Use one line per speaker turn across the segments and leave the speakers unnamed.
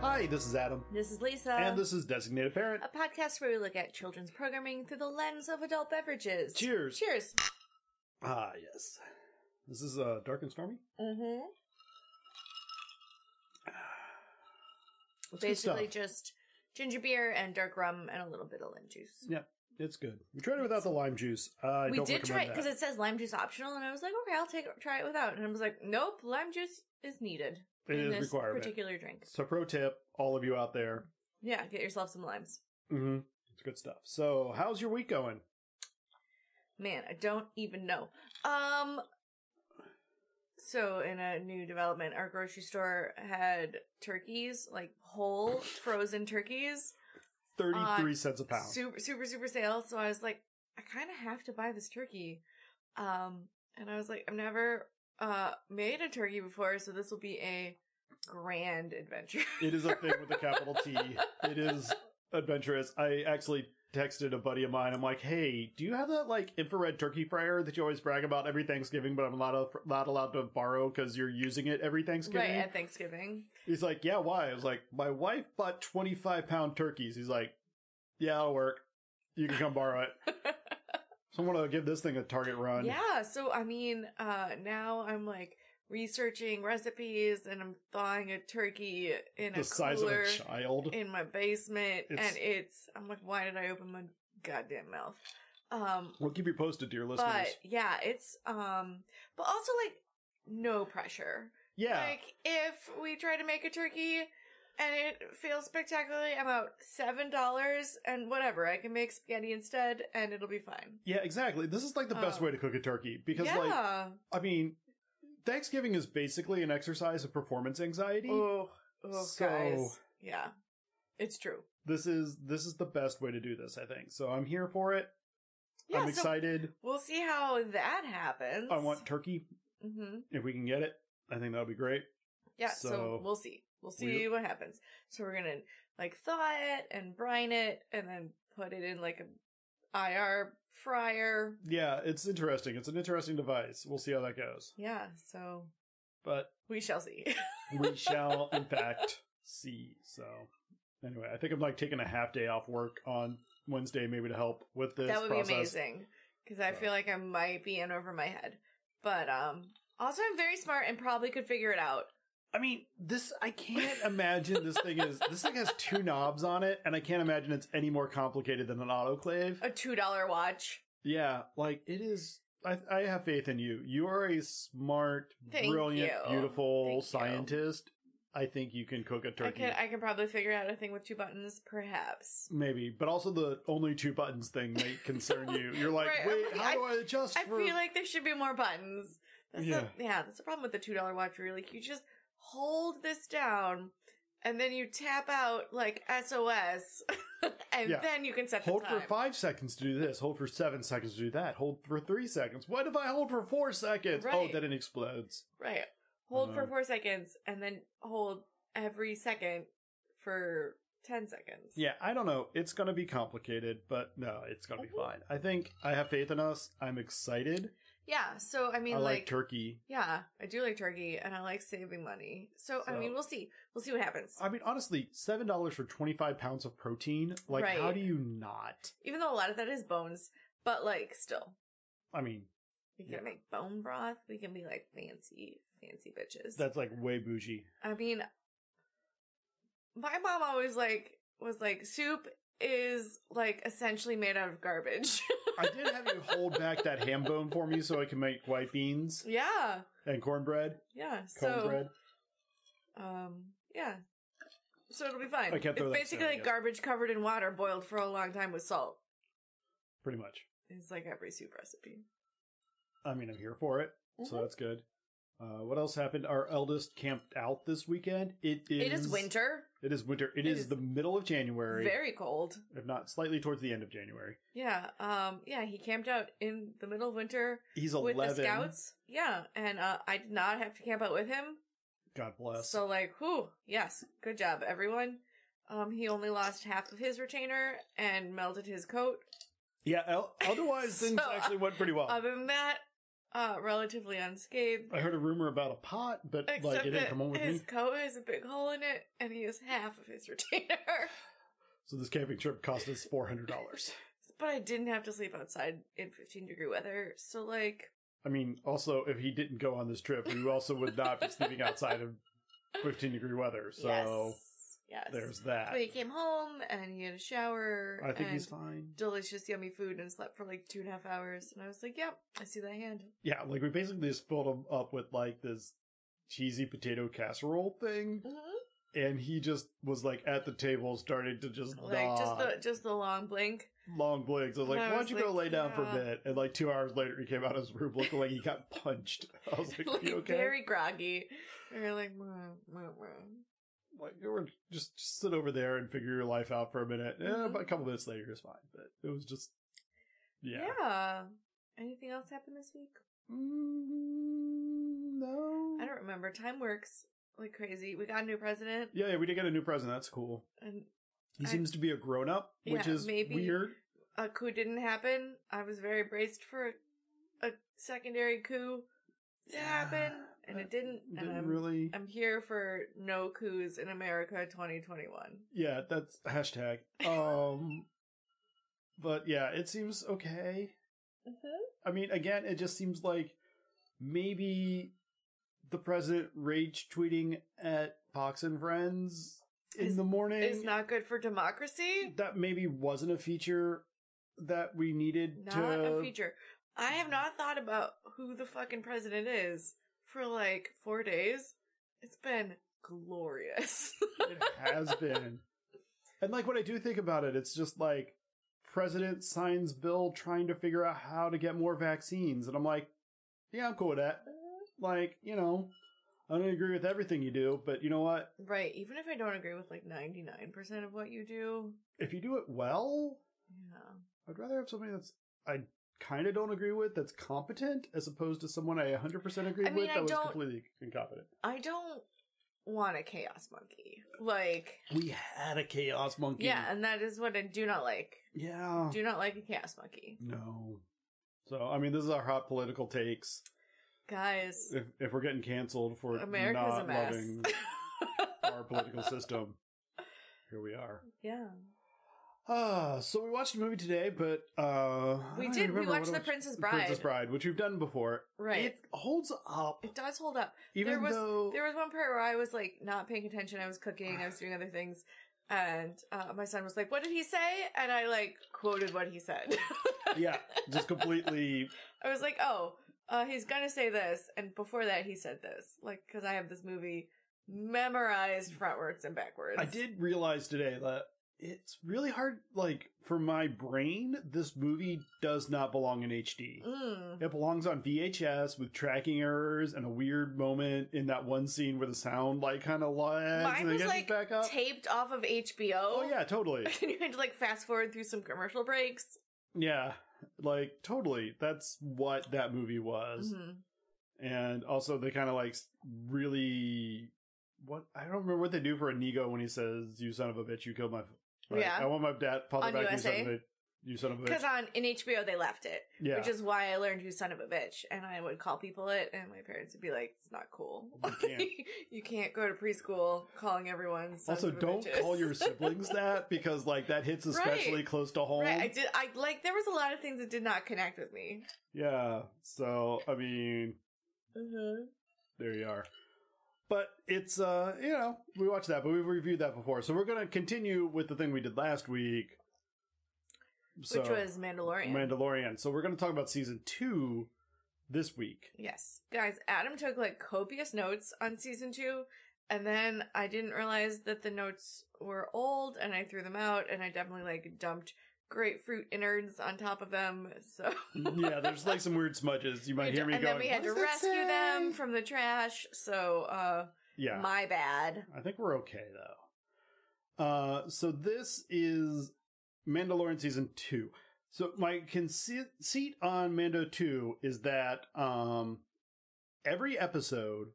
Hi, this is Adam.
This is Lisa.
and this is Designated Parent.
a podcast where we look at children's programming through the lens of adult beverages.
Cheers.
Cheers.
Ah, yes. This is uh, Dark and Stormy.
Mm-hmm.
That's good stuff.
Basically just ginger beer and dark rum and a little bit of lime juice.
Yeah, it's good. We tried it without the lime juice. Uh, I
we
don't
did try it
recommend
because
that.
it says lime juice optional, and I was like, okay, I'll take try it without. And I was like, nope, lime juice is needed
It
in
is
this
requirement.
particular drink.
So, pro tip, all of you out there.
Yeah, get yourself some limes.
Mm-hmm. It's good stuff. So, how's your week going?
Uh, Man, I don't even know. Um so in a new development, our grocery store had turkeys, like whole frozen turkeys.
Thirty-three cents a pound.
Super super super sale. So I was like, I kinda have to buy this turkey. Um and I was like, I've never uh made a turkey before, so this will be a grand adventure.
It is a thing with a capital T. It is adventurous. I actually texted a buddy of mine. I'm like, hey, do you have that like infrared turkey fryer that you always brag about every Thanksgiving, but I'm not, al- not allowed to borrow because you're using it every
right
Thanksgiving?
at Thanksgiving.
He's like, yeah, why? I was like, my wife bought 25 pound turkeys. He's like, yeah, that'll work. You can come borrow it. So I'm going to give this thing a target run.
Yeah, so I mean, uh now I'm like researching recipes and I'm thawing a turkey in
The
a
size of
cooler
a child.
in my basement
It's-
and it's I'm like why did I open my goddamn mouth? Um
We'll keep you posted, dear listeners.
but yeah, it's um but also like no pressure.
yeah.
Like if we try to make a turkey and it fails spectacularly, I'm out seven dollars and whatever. I can make spaghetti instead and it'll be fine.
yeah, exactly. This is like the best
Um,
way to cook a turkey because,
yeah.
like, I mean, Thanksgiving is basically an exercise of performance anxiety.
Oh, oh
So-
guys. Yeah. It's true.
This is this is the best way to do this, I think. So I'm here for it.
Yeah,
I'm
so
excited.
we'll see how that happens.
I want turkey
hmm
if we can get it. I think that would be great.
Yeah, so,
So-
we'll see. We'll see
We-
what happens. So we're gonna like thaw it and brine it and then put it in like a IR fryer.
Yeah, it's interesting. It's an interesting device. We'll see how that goes.
Yeah, so
But
we shall see.
we shall in fact see. So anyway, I think I'm like taking a half day off work on Wednesday maybe to help with this
that would
process.
be amazing because I
So-
feel like I might be in over my head. But um also I'm very smart and probably could figure it out.
I mean, this I can't imagine this thing is this thing has two knobs on it, and I can't imagine it's any more complicated than an autoclave.
A two dollar watch.
Yeah, like it is. I, I have faith in you. You are a smart,
Thank
brilliant,
you. Thank
beautiful
you.
scientist. I think you can cook a turkey.
I could I could probably figure out a thing with two buttons, perhaps.
Maybe, but also the only two buttons thing may concern you. You're like,
Right, I'm
wait,
like,
how do I adjust?
I
for...
feel like there should be more buttons. That's yeah.
Yeah.
yeah, that's the problem with the two dollar watch. Really, you just hold this down, and then you tap out like SOS, and
Yeah.
then you can set
hold
the time.
for five seconds to do this. Hold for seven seconds to do that. Hold for three seconds. What if I hold for four seconds?
Right.
Oh, then it explodes.
right, hold for
Um,
four seconds, and then hold every second for ten seconds.
Yeah, I don't know. It's gonna be complicated, but no, it's gonna be
Mhm.
fine. I think I have faith in us. I'm excited.
yeah. So I
I,
mean,
like,
like,
turkey.
yeah, I do like turkey, and I like saving money. So, I
So-
mean, we'll see. We'll see what happens.
I mean, honestly, seven dollars for twenty five pounds of protein. Like,
Right.
how do you not?
Even though a lot of that is bones, but like, still.
I mean,
We can
Yeah.
make bone broth. We can be like fancy, fancy bitches.
that's like way bougie.
I mean, my mom always like was like soup is like essentially made out of garbage.
I did have you hold back that ham bone for me so I can make white beans
yeah,
and cornbread.
yeah.
Cornbread.
So, um, yeah. So it'll be fine.
I can't throw
it's
that
basically
stone, I
like
guess.
garbage covered in water, boiled for a long time with salt.
pretty much.
It's like every soup recipe.
I mean, I'm here for it, so
Mhm.
that's good. Uh, what else happened? Our eldest camped out this weekend. It is.
it is winter.
It is winter.
It
it is,
is
the middle of January,
Very cold.
if not slightly towards the end of January.
Yeah. Um. Yeah. He camped out in the middle of winter
He's
with
eleven.
the scouts. Yeah. And uh, I did not have to camp out with him.
God bless.
So like, whew, yes, good job, everyone. Um, he only lost half of his retainer and melted his coat.
yeah. el- Otherwise, things
So, um,
actually went pretty well.
Other than that, uh, relatively unscathed.
I heard a rumor about a pot, but
Except
like it didn't
that
come home with
his
me.
coat has a big hole in it, and he has half of his retainer.
So this camping trip cost us four hundred dollars.
but I didn't have to sleep outside in 15 degree weather, so like,
I mean, also if he didn't go on this trip, we also would not be sleeping outside of fifteen degree weather. So
yes, yes.
there's that.
But he came home and he had a shower.
I think
and
he's fine.
Delicious, yummy food, and slept for like two and a half hours. And I was like, "Yep, I see that hand."
Yeah, like we basically just filled him up with like this cheesy potato casserole thing,
Mhm.
and he just was like at the table, started to just
like
nod.
just the just the long blink.
long blinks. I was like,
And I
"Why
was
don't you go
like,
lay down for a
yeah.
bit?" And like two hours later, he came out of his room looking like he got punched. I was like,
like
"You okay?"
very groggy. And you're like, "Mwah, mwah, mwah."
like, you were just, just sit over there and figure your life out for a minute. Eh,
Mhm.
about a couple minutes later, it's fine. But it was just, yeah.
yeah. Anything else happened this week?
Mm, no.
I don't remember. Time works like crazy. We got a new president,
Yeah, yeah, we did get a new president. That's cool.
and
He
I-
seems to be a grown up, which
Yeah,
is
maybe.
weird.
a coup didn't happen. I was very braced for a secondary coup to happen, and it didn't. And
Didn't
I'm
really.
I'm here for no coups in America 2021.
Yeah, that's hashtag. Um, but yeah, it seems okay. Mm-hmm. I mean, again, it just seems like maybe the president rage tweeting at Fox and Friends in
Is-
the morning.
It's not good for democracy.
that maybe wasn't a feature that we needed
Not
to
a feature. I
Mm-hmm.
have not thought about who the fucking president is for like four days. It's been glorious.
it has been. And like when I do think about it, it's just like president signs bill trying to figure out how to get more vaccines, and I'm like, yeah, I'm cool with that. Like, you know, I don't agree with everything you do, but you know what?
right. Even if I don't agree with like 99% of what you do.
If you do it well,
Yeah.
I'd rather have somebody that's I kind of don't agree with that's competent as opposed to someone I 100% agree
I mean,
with that
I
was
don't-
completely incompetent.
I don't want a chaos monkey. Like,
We had a chaos monkey.
yeah, and that is what I do not like.
Yeah.
Do not like a chaos monkey.
No. So I mean, this is our hot political takes.
Guys,
If if we're getting canceled for
America's
not
a mess.
loving our political system, here we are.
yeah.
Ah, so we watched a movie today, but uh, I
We
don't
did. We
remember what
watched
it
The
was-
Princess
The
Bride.
Princess Bride, which we've done before.
Right.
It holds up,
it does hold up.
even
was-
though
There was one part where I was like not paying attention. I was cooking. I was doing other things, and uh, my son was like, "What did he say?" And I like quoted what he said.
yeah, just completely
I was like, "Oh, uh, he's gonna say this," and before that, he said this. Like, because I have this movie memorized frontwards and backwards.
I did realize today that it's really hard, like, for my brain, this movie does not belong in HD.
Mm.
It belongs on VHS with tracking errors and a weird moment in that one scene where the sound, like, kind of lags
Mine
and it
was
gets
like
back up.
taped off of HBO.
oh, yeah, totally.
and you had to like fast forward through some commercial breaks.
yeah. Like, totally. That's what that movie was.
hmm
And also, they kind of, like, really. What I don't remember what they do for Inigo when he says, "You son of a bitch, you killed my." Like,
Yeah.
I want my dad father
On
back. You
USA?
son of a bitch. You son of a bitch.
Because on in HBO they left it.
Yeah.
Which is why I learned you son of a bitch. And I would call people it, and my parents would be like, it's not cool.
You can't.
you can't go to preschool calling everyone. sons
also,
of a
don't
bitches.
call your siblings that because like that hits especially
Right.
close to home.
Right, I did. I like. There was a lot of things that did not connect with me.
Yeah. So I mean, Mm-hmm. there you are. But it's uh, you know, we watched that, but we've reviewed that before. So we're gonna continue with the thing we did last week. So,
Which was Mandalorian.
Mandalorian. So we're gonna talk about season two this week.
yes, guys. Adam took like copious notes on season two, and then I didn't realize that the notes were old, and I threw them out, and I definitely like dumped grapefruit innards on top of them. So
yeah, there's like some weird smudges. You might hear me
and
going.
then we had
"What
to
does that
rescue
say?"
them from the trash. So uh
Yeah,
my bad.
I think we're okay though. Uh, so this is Mandalorian season two. So my conceit on Mando two is that um, every episode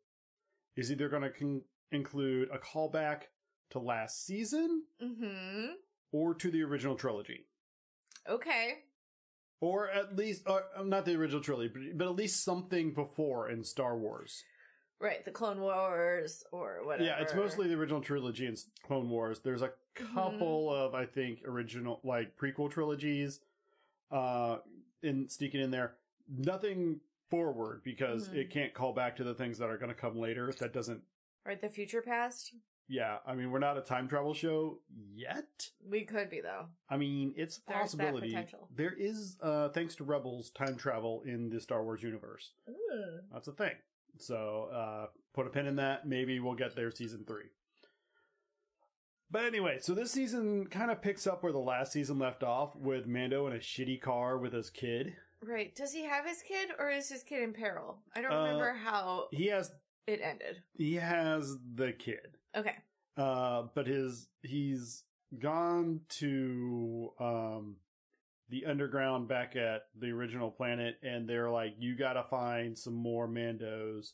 is either going to con- include a callback to last season
Mm-hmm.
or to the original trilogy,
Okay.
or at least or, uh, not the original trilogy, but, but at least something before in Star Wars.
Right, the Clone Wars or whatever.
Yeah, it's mostly the original trilogy and Clone Wars. There's a
Mm-hmm.
couple of I think original like prequel trilogies uh in sneaking in there. Nothing forward because
Mhm.
it can't call back to the things that are going to come later. That doesn't
Right, the future past.
Yeah, I mean, we're not a time travel show yet.
We could be though.
I mean, it's a
There's that
possibility.
potential.
There is uh thanks to Rebels time travel in the Star Wars universe.
Ooh.
That's a thing. So uh, put a pin in that. Maybe we'll get there season three. But anyway, so this season kind of picks up where the last season left off with Mando in a shitty car with his kid.
Right. Does he have his kid or is his kid in peril? I don't
Uh,
remember how
He has
it ended.
he has the kid,
Okay.
uh, but his he's gone to um, the underground back at the original planet, and they're like, "You gotta find some more Mandos."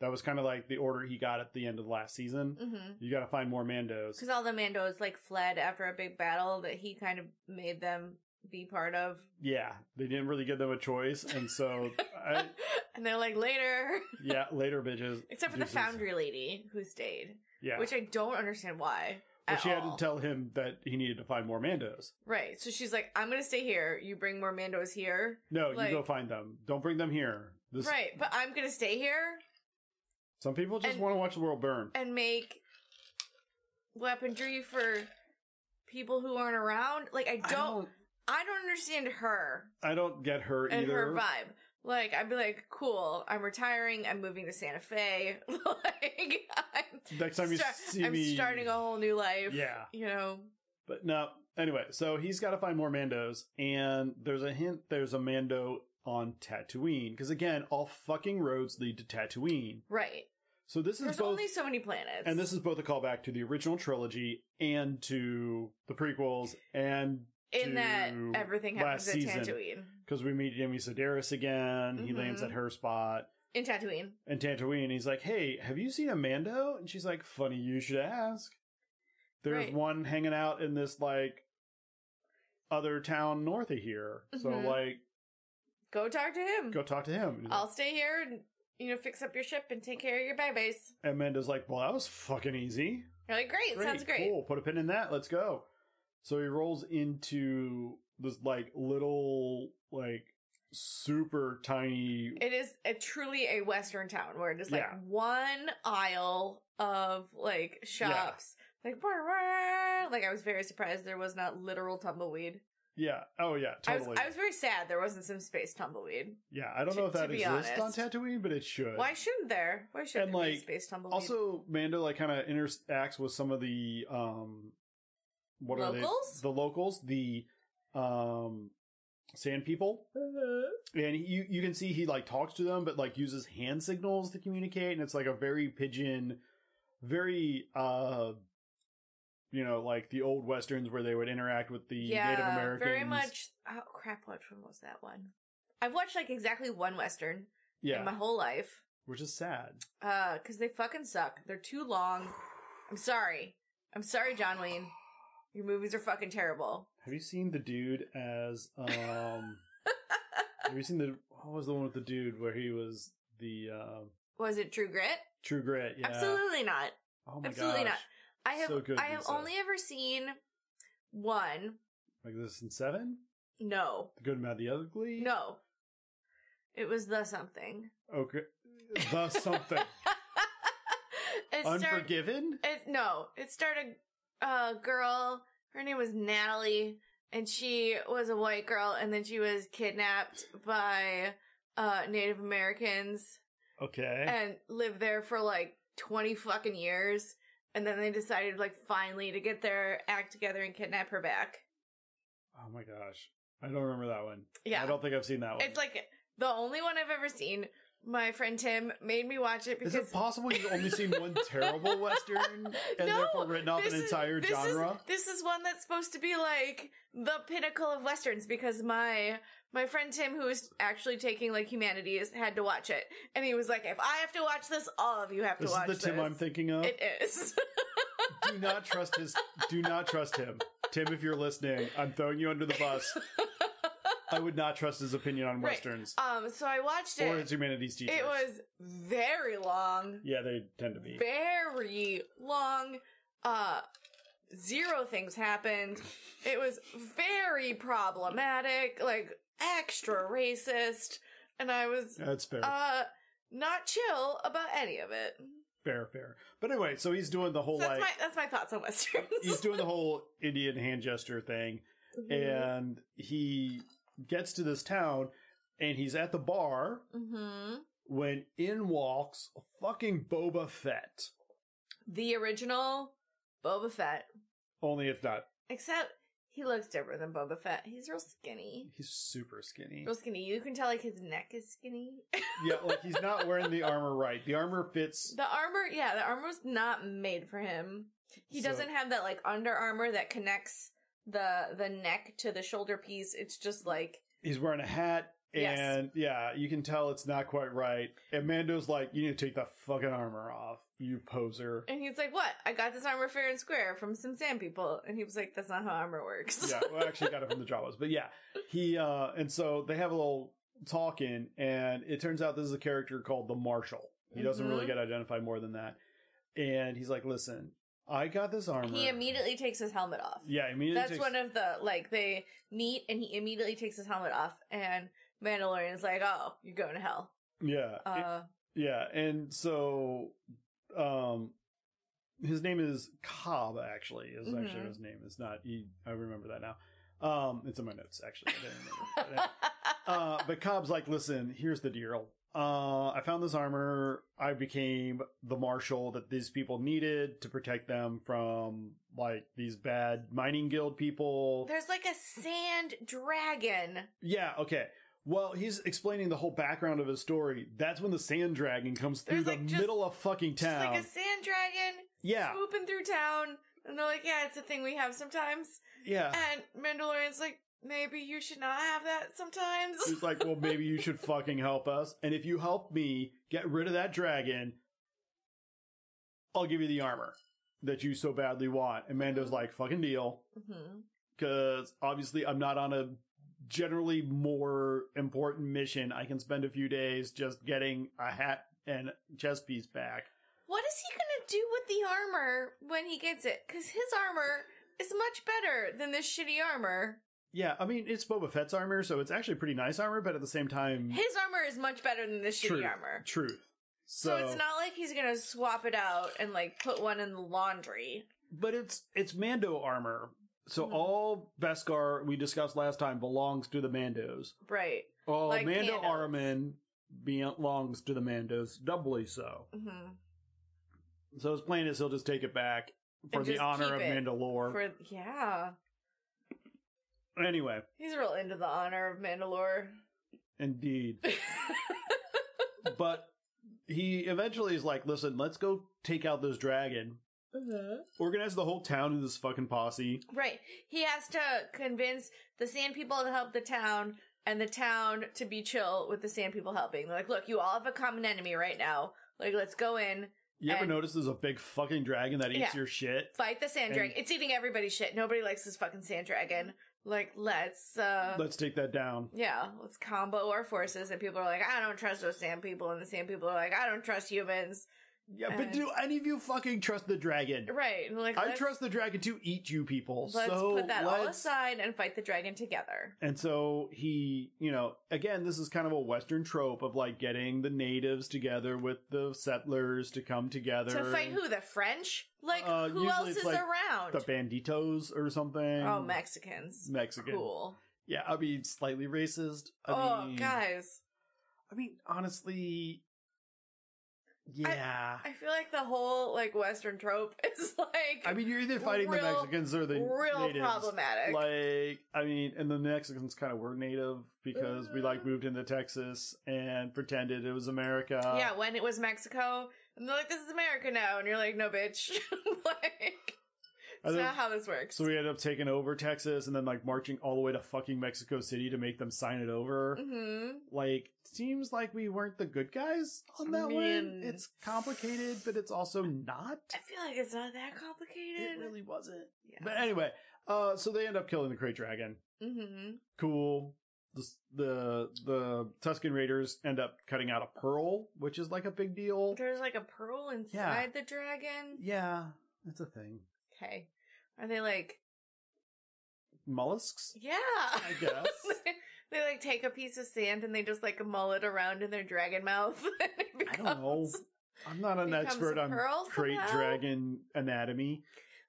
That was kind of like the order he got at the end of last season.
Mm-hmm.
You got to find more Mandos.
Because all the Mandos like fled after a big battle that he kind of made them be part of.
Yeah, they didn't really give them a choice, and so I,
and they're like later,
yeah, later bitches.
except for the
Deuces.
foundry lady who stayed,
yeah,
which I don't understand why.
but
at
she had
all.
to tell him that he needed to find more Mandos.
Right. So she's like, I'm gonna stay here. You bring more Mandos here.
No,
Like-
you go find them. Don't bring them here. This,
Right, but I'm gonna stay here
Some people just
And-
want to watch the world burn.
and make weaponry for people who aren't around. Like I don't I don't, understand her
I don't get her
and
either.
her vibe. Like I'd be like, cool, I'm retiring, I'm moving to Santa Fe. like I'm
Next time you
star-
see
I'm
me,
starting a whole new life.
Yeah.
You know.
But no. Anyway, so he's got to find more Mandos, and there's a hint. There's a Mando on Tatooine, because again, all fucking roads lead to Tatooine.
Right.
So this
There's
is both.
only so many planets.
And this is both a callback to the original trilogy and to the prequels, and
in that
to
everything happens
last
at
season.
Tatooine.
because we meet Jimmy Sedaris again, he lands
Mhm.
at her spot.
In Tatooine.
And Tatooine, he's like, "Hey, have you seen Amando?" And she's like, "Funny, you should ask." There's
Right.
one hanging out in this like other town north of here, so
Mhm.
like,
Go talk to him.
go talk to him. And he's
I'll stay here and you know fix up your ship and take care of your babies.
like- and Mando's like, "Well, that was fucking easy."
You're like, great, sounds great.
Cool. Put a pin in that. Let's go. So he rolls into this like little like super tiny.
It is a truly a western town where it is like
Yeah.
one aisle of like shops. Like, "Wah, wah." like I was very surprised there was not literal tumbleweed.
Yeah. Oh yeah.
I
Totally.
was I was very sad there wasn't some space tumbleweed.
yeah. I don't
to-
know if that
to be
exists
honest.
on Tatooine, but it should.
Why shouldn't there? Why shouldn't
And,
there be
like,
space tumbleweed?
also, uh, Mando like kind of interacts with some of the um, what
Locals?
are they? The locals. The um, sand people. and you you can see he like talks to them but like uses hand signals to communicate and it's like a very pigeon very uh you know like the old westerns where they would interact with the
yeah,
native americans
very much. Oh crap! What one was that one? I've watched like exactly one western
yeah
in my whole life.
which is sad
Uh, because they fucking suck. They're too long. I'm sorry. I'm sorry, John Wayne. Your movies are fucking terrible.
have you seen the dude as um have you seen the what was the one with the dude where he was the um
Was it True Grit?
true grit yeah
Absolutely not.
oh my
absolutely
gosh
not. I have
So good,
I have
Lisa.
only ever seen one.
like this in seven
No.
the good mad the ugly
No. It was the something.
okay the something
it started
Unforgiven?
it no. It started a girl, her name was Natalie, and she was a white girl and then she was kidnapped by uh Native Americans.
Okay.
and lived there for like 20 fucking years. And then they decided, like, finally to get their act together and kidnap her back.
Oh my gosh. I don't remember that one.
Yeah.
I don't think I've seen that one.
It's like the only one I've ever seen. My friend Tim made me watch it because
Is it possible you've only seen one terrible Western and
No,
therefore written off
this
an
is-
entire
this
genre?
Is, this is one that's supposed to be like the pinnacle of westerns because my my friend Tim, who is actually taking like humanities, had to watch it, and he was like, "If I have to watch this, all of you have
This
to
is
watch
the Tim
this."
I'm thinking of.
It is.
do not trust his. Do not trust him, Tim. If you're listening, I'm throwing you under the bus. I would not trust his opinion on
Right.
westerns
um. So I watched
or his
it.
humanities teachers.
It was very long.
Yeah, they tend to be.
very long. Uh, zero things happened. It was very problematic, like extra racist, and I was
That's fair,
uh not chill about any of it.
fair, fair. But anyway, so he's doing the
So
whole
that's
like
my that's my thoughts on westerns.
he's doing the whole Indian hand gesture thing,
Mm-hmm. Mm.
and he gets to this town, and he's at the bar
hmm
when in walks fucking Boba Fett.
The original Boba Fett,
Only if not,
except he looks different than Boba Fett. He's real skinny.
he's super skinny.
Real skinny. You can tell like his neck is skinny.
yeah, like he's not wearing the armor right. The armor fits
The armor, yeah, the armor was not made for him. He
So-
doesn't have that like under armor that connects the the neck to the shoulder piece. It's just like
he's wearing a hat
Yes.
and yeah you can tell it's not quite right and mando's like you need to take that fucking armor off you poser
and he's like, "What? I got this armor fair and square from some sand people." And he was like, "That's not how armor works."
yeah well I actually got it from the jawas but yeah he uh and so they have a little talking and it turns out this is a character called the marshal he doesn't
Mhm.
really get identified more than that and he's like listen i got this armor
he immediately takes his helmet off.
yeah immediately
That's
takes-
one of the like they meet and he immediately takes his helmet off and Mandalorian is like, "Oh, you're going to hell."
yeah
Uh,
Yeah, and so um his name is Cobb actually is actually
Mhm.
his name. It's not he I remember that now. Um it's in my notes actually. I didn't remember that. uh but Cobb's like, listen, here's the deal. Uh I found this armor. I became the marshal that these people needed to protect them from like these bad mining guild people.
There's like a sand dragon.
yeah, okay. Well, he's explaining the whole background of his story. That's when the sand dragon comes through
There's,
the
like, just-
middle of fucking
Just
town.
like a sand dragon
yeah,
swooping through town. And they're like, yeah, it's a thing we have sometimes.
Yeah.
And Mandalorian's like, maybe you should not have that sometimes.
He's like, well, maybe you should fucking help us. And if you help me get rid of that dragon, I'll give you the armor that you so badly want. And Mando's like, fucking deal.
Mhm.
Because obviously I'm not on a generally more important mission. I can spend a few days just getting a hat and chest piece back.
What is he gonna do with the armor when he gets it? Because his armor is much better than this shitty armor.
Yeah, I mean, it's Boba Fett's armor, so it's actually pretty nice armor, but at the same time,
His armor is much better than this shitty
truth.
armor.
Truth.
So, it's not like he's gonna swap it out and like put one in the laundry.
But it's it's Mando armor. So
Mhm.
all Beskar we discussed last time belongs to the Mandos.
Right.
All
Like
Mando
Pandos.
Armin belongs to the Mandos, doubly so.
hmm
So his plan is he'll just take it back for
And
the
just
honor
keep
of
it
Mandalore.
For yeah.
Anyway,
He's real into the honor of Mandalore.
indeed. but he eventually is like, listen, let's go take out this dragon. Organize the whole town in this fucking posse.
Right. He has to convince the sand people to help the town and the town to be chill with the sand people helping. They're like, look, you all have a common enemy right now. Like, let's go in,
You ever
And-
notice there's a big fucking dragon that eats
Yeah.
your shit?
fight the sand
And-
dragon. It's eating everybody's shit. Nobody likes this fucking sand dragon. Like, let's, uh,
Let's take that down.
yeah, let's combo our forces. And people are like, I don't trust those sand people. And the sand people are like, I don't trust humans.
Yeah, but
And-
do any of you fucking trust the dragon?
Right. And like,
I
let's-
trust the dragon to eat you people.
Let's
so
put that all
let's-
aside and fight the dragon together.
And so he, you know, again, this is kind of a Western trope of like getting the natives together with the settlers to come together.
To fight
and
who? The French? Like,
Uh,
who
usually
else
it's
is
like
around?
The banditos or something.
Oh, Mexicans.
Mexican.
Cool.
Yeah, I mean, slightly racist. I
oh,
mean,
guys.
I mean, honestly, Yeah.
I feel like the whole like Western trope is like
I, mean, you're either fighting the
real-
Mexicans or the
real
natives.
problematic.
Like, I mean, and the Mexicans kind of were native because we like moved into Texas and pretended it was America.
yeah, when it was Mexico, and they're like, "This is America now," and you're like, "No, bitch!" like,
I
it's
think-
not how this works.
So we ended up taking over Texas and then like marching all the way to fucking Mexico City to make them sign it over.
hmm
Like, seems like we weren't the good guys on that one.
Man.
It's complicated, but it's also not.
I feel like it's not that complicated.
It really wasn't.
yeah.
But anyway, uh, so they end up killing the Great Dragon.
hmm
cool. The, the the Tuscan Raiders end up cutting out a pearl, which is like a big deal.
There's like a pearl inside
Yeah.
the dragon.
Yeah, that's a thing.
Okay, are they like?
Mollusks,
Yeah,
I guess.
they like take a piece of sand and they just like mull it around in their dragon mouth. and it
I don't know.
becomes-
I'm not an
Becomes
expert
a
on
pearl
great
somehow?
dragon anatomy.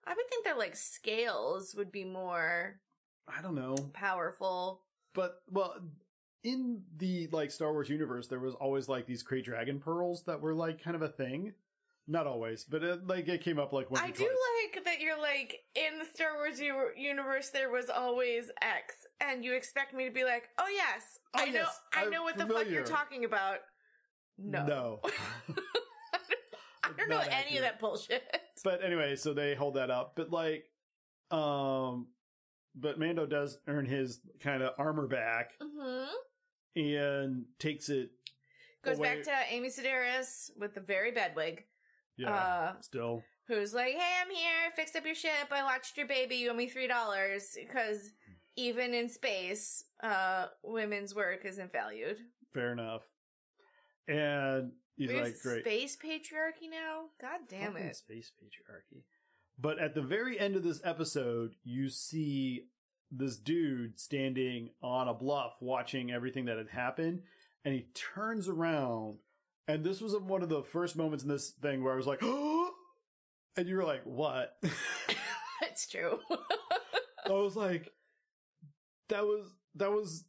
I would think that like scales would be more
I don't know,
powerful.
but well, in the like Star Wars universe, there was always like these great dragon pearls that were like kind of a thing. Not always, but it, like it came up like once.
I
or
do
twice.
like that you're like in the Star Wars u- universe. There was always X, and you expect me to be like, "Oh yes,
Oh,
I know,
yes,
I
I'm
know what the fuck
familiar."
you're talking about." No,
no.
I don't know
Not
any
accurate.
of that bullshit.
But anyway, so they hold that up. But like, um, but Mando does earn his kind of armor back
hmm
and takes it.
Goes
away-
back to Amy Sedaris with the very bad wig,
yeah.
uh,
still,
who's like, "Hey, I'm here. Fixed up your ship. I watched your baby. You owe me three dollars because even in space, uh, women's work isn't valued."
fair enough. And he's
We're
like, great.
space patriarchy now. God damn
Fucking
it.
Space patriarchy. But at the very end of this episode, you see this dude standing on a bluff watching everything that had happened, and he turns around. And this was one of the first moments in this thing where I was like, and you were like, what?
That's true. Uh-huh.
I was like, that was, that was,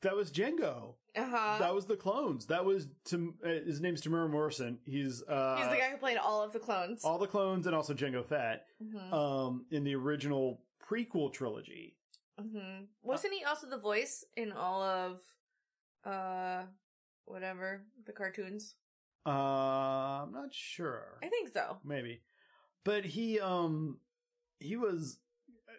that was Django.
uh-huh.
that was the clones. That was, Tim, uh, his name's Tamura Morrison. He's, uh,
He's the guy who played all of the clones.
all the clones and also Django Fat.
hmm
um, in the original prequel trilogy.
hmm
uh,
Wasn't he also the voice in all of uh whatever the cartoons?
Uh, I'm not sure.
I think so.
Maybe. But he, um, he was,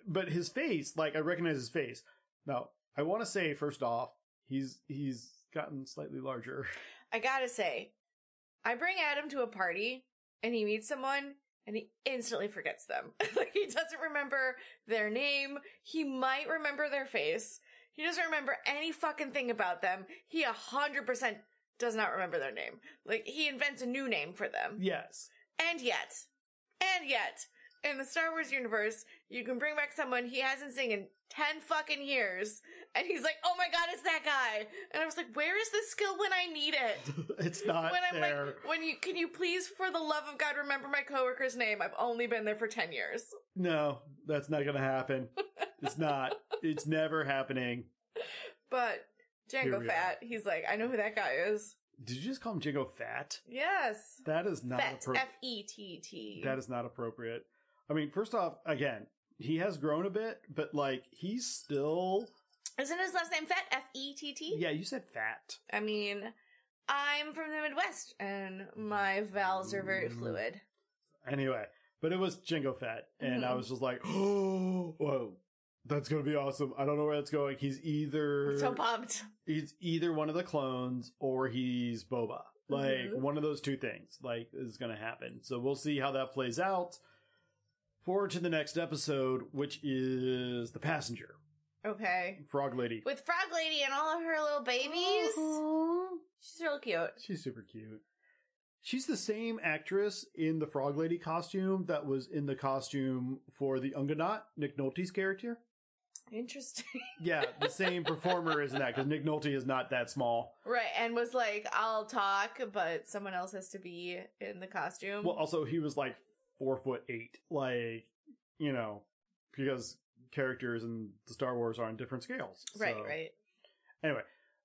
but his face, like, I recognize his face. Now, I want to say, first off, he's, he's gotten slightly larger.
I gotta say, I bring Adam to a party and he meets someone and he instantly forgets them. like he doesn't remember their name. He might remember their face. He doesn't remember any fucking thing about them. He a hundred percent does not remember their name. Like he invents a new name for them.
Yes.
And yet, and yet, in the Star Wars universe, you can bring back someone he hasn't seen in 10 fucking years, and he's like, oh my god, it's that guy. And I was like, where is this skill when I need it?
it's not
When I'm
there.
like, when you, can you please, for the love of God, remember my coworker's name? I've only been there for 10 years.
no, that's not going to happen. It's not. it's never happening.
But
Here
Django
we
Fat, he's like, I know who that guy is.
Did you just call him Django Fat?
Yes.
That is not
Fett,
appropriate.
F E T T.
That is not appropriate. I mean, first off, again, he has grown a bit, but like he's still
Isn't his last name Fett? F E T T?
Yeah, you said fat.
I mean, I'm from the Midwest and my vowels are very
Mm.
fluid.
Anyway, but it was Jingo Fat, and I
Mhm.
was just like, Oh whoa. That's gonna be awesome. I don't know where that's going. He's either
I'm so pumped.
he's either one of the clones or he's Boba. Like
Mhm.
one of those two things, like is gonna happen. So we'll see how that plays out. Forward to the next episode, which is the passenger,
Okay.
Frog Lady.
With Frog Lady and all of her little babies.
Uh-huh. Aw.
She's real cute.
She's super cute. She's the same actress in the Frog Lady costume that was in the costume for the Unganot, Nick Nolte's character.
Interesting.
Yeah, the same performer is in that because Nick Nolte is not that small.
right, and was like, I'll talk, but someone else has to be in the costume.
Well, also he was like four foot eight, like you know, because characters in the Star Wars are on different scales.
right,
So,
right.
Anyway,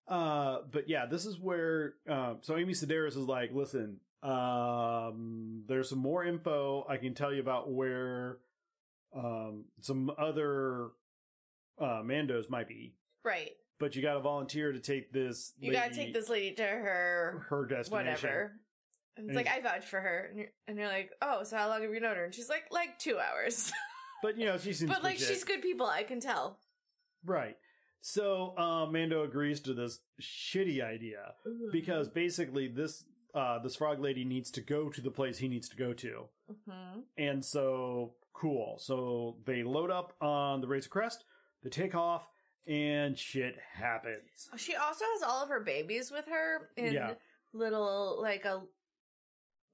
Uh, but yeah, this is where, uh, so Amy Sedaris is like, listen, um, there's some more info I can tell you about where, um, some other, uh, Mandos might be,
Right.
but you gotta volunteer to take this.
You gotta
lady-
take this lady to her
her destination.
whatever. And it's
And
like,
he's-
I vouch for her. And you're, and you're like, oh, so how long have you known her? And she's like, like two hours.
But you know, she seems
but like,
legit.
she's good people. I can tell.
right. So uh, Mando agrees to this shitty idea because basically this uh, this frog lady needs to go to the place he needs to go to,
Mhm.
and so cool. So they load up on the Razor Crest, they take off, and shit happens.
she also has all of her babies with her in
Yeah.
little, like a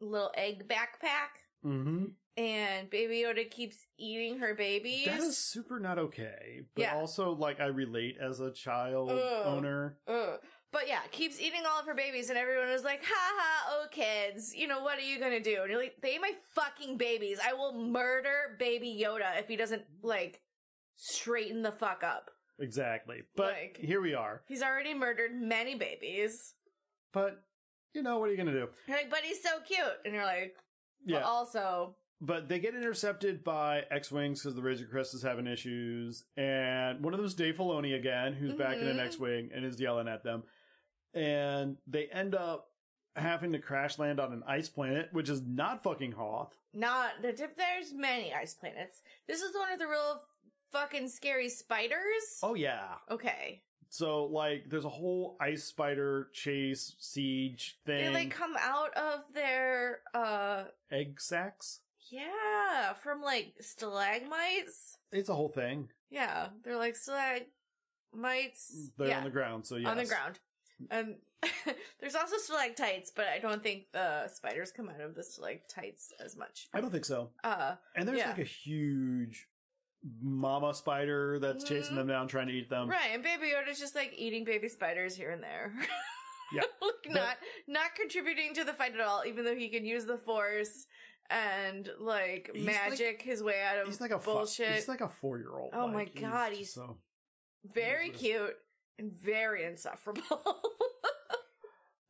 little egg backpack.
Mm-hmm.
And Baby Yoda keeps eating her babies.
That is super not okay, but
Yeah.
also like I relate as a child
Ugh.
owner.
Ugh. But yeah, keeps eating all of her babies, and everyone was like, "Ha ha, oh kids, you know what are you gonna do?" And you're like, "They ate my fucking babies. I will murder Baby Yoda if he doesn't like straighten the fuck up.
Exactly, but
Like-
here we are.
He's already murdered many babies.
But you know what are you gonna do?
You're like, but he's so cute, and you're like,
Yeah,
but also,
but they get intercepted by X-wings because the Razor Crest is having issues, and one of them's Dave Filoni again, who's back in an
Mhm.
X-wing and is yelling at them, and they end up having to crash land on an ice planet, which is not fucking Hoth.
not the diff- there's many ice planets. This is one of the real fucking scary spiders.
Oh yeah,
Okay,
so like there's a whole ice spider chase siege
they
thing.
like come out of their uh
Egg sacs.
Yeah, from like stalagmites.
It's a whole thing.
Yeah, they're like stalagmites.
They're
yeah,
on the ground, so yes.
on the ground. Um, there's also stalactites, but I don't think the spiders come out of the stalactites as much.
I don't think so.
Uh,
And there's
Yeah.
like a huge mama spider that's chasing
Mhm.
them down, trying to eat them.
right, and Baby Yoda's just like eating baby spiders here and there.
Yeah.
like not not contributing to the fight at all, even though he can use the force and like
He's like-
magic his way out of
He's like a fu-
bullshit.
he's like a four year old.
Oh my God, he's-
so.
very
Jesus.
cute and very insufferable.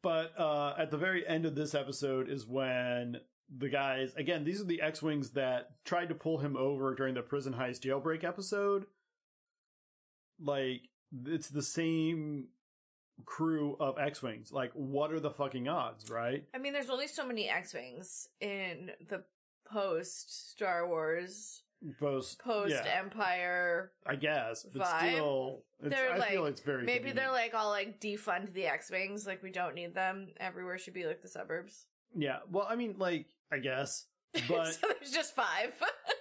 But uh, at the very end of this episode is when the guys again. These are the X wings that tried to pull him over during the prison heist jailbreak episode. Like it's the same crew of X wings. Like what are the fucking odds, right?
I mean, there's only so many X Wings in the post Star Wars,
Post
post
yeah.
Empire.
I guess, but
vibe.
still, it's,
They're
I feel
like-
it's very.
Maybe they're
convenient.
like all like defund the X Wings, like we don't need them. Everywhere should be like the suburbs.
yeah. Well, I mean, like I guess, but
so there's just five.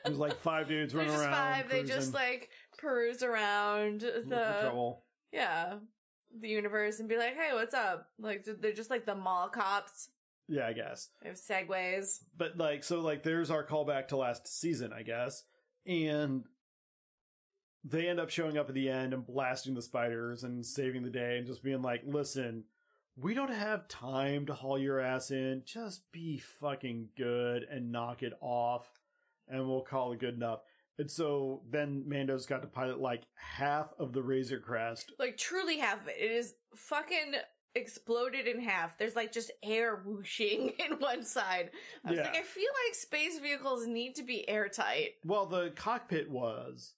there's like five dudes
there's
running
just
around.
five. They
cruising,
just like uh, peruse around
looking for
the
trouble.
yeah the universe and be like, hey, what's up? Like they're just like the mall cops.
Yeah, I guess.
They have segways.
But like, so like, there's our callback to last season, I guess, and they end up showing up at the end and blasting the spiders and saving the day and just being like, listen. We don't have time to haul your ass in. Just be fucking good and knock it off, and we'll call it good enough. And so then Mando's got to pilot like half of the Razor Crest.
like truly half of it. It is fucking exploded in half. There's like just air whooshing in one side. I was
Yeah.
like, I feel like space vehicles need to be airtight.
Well, the cockpit was,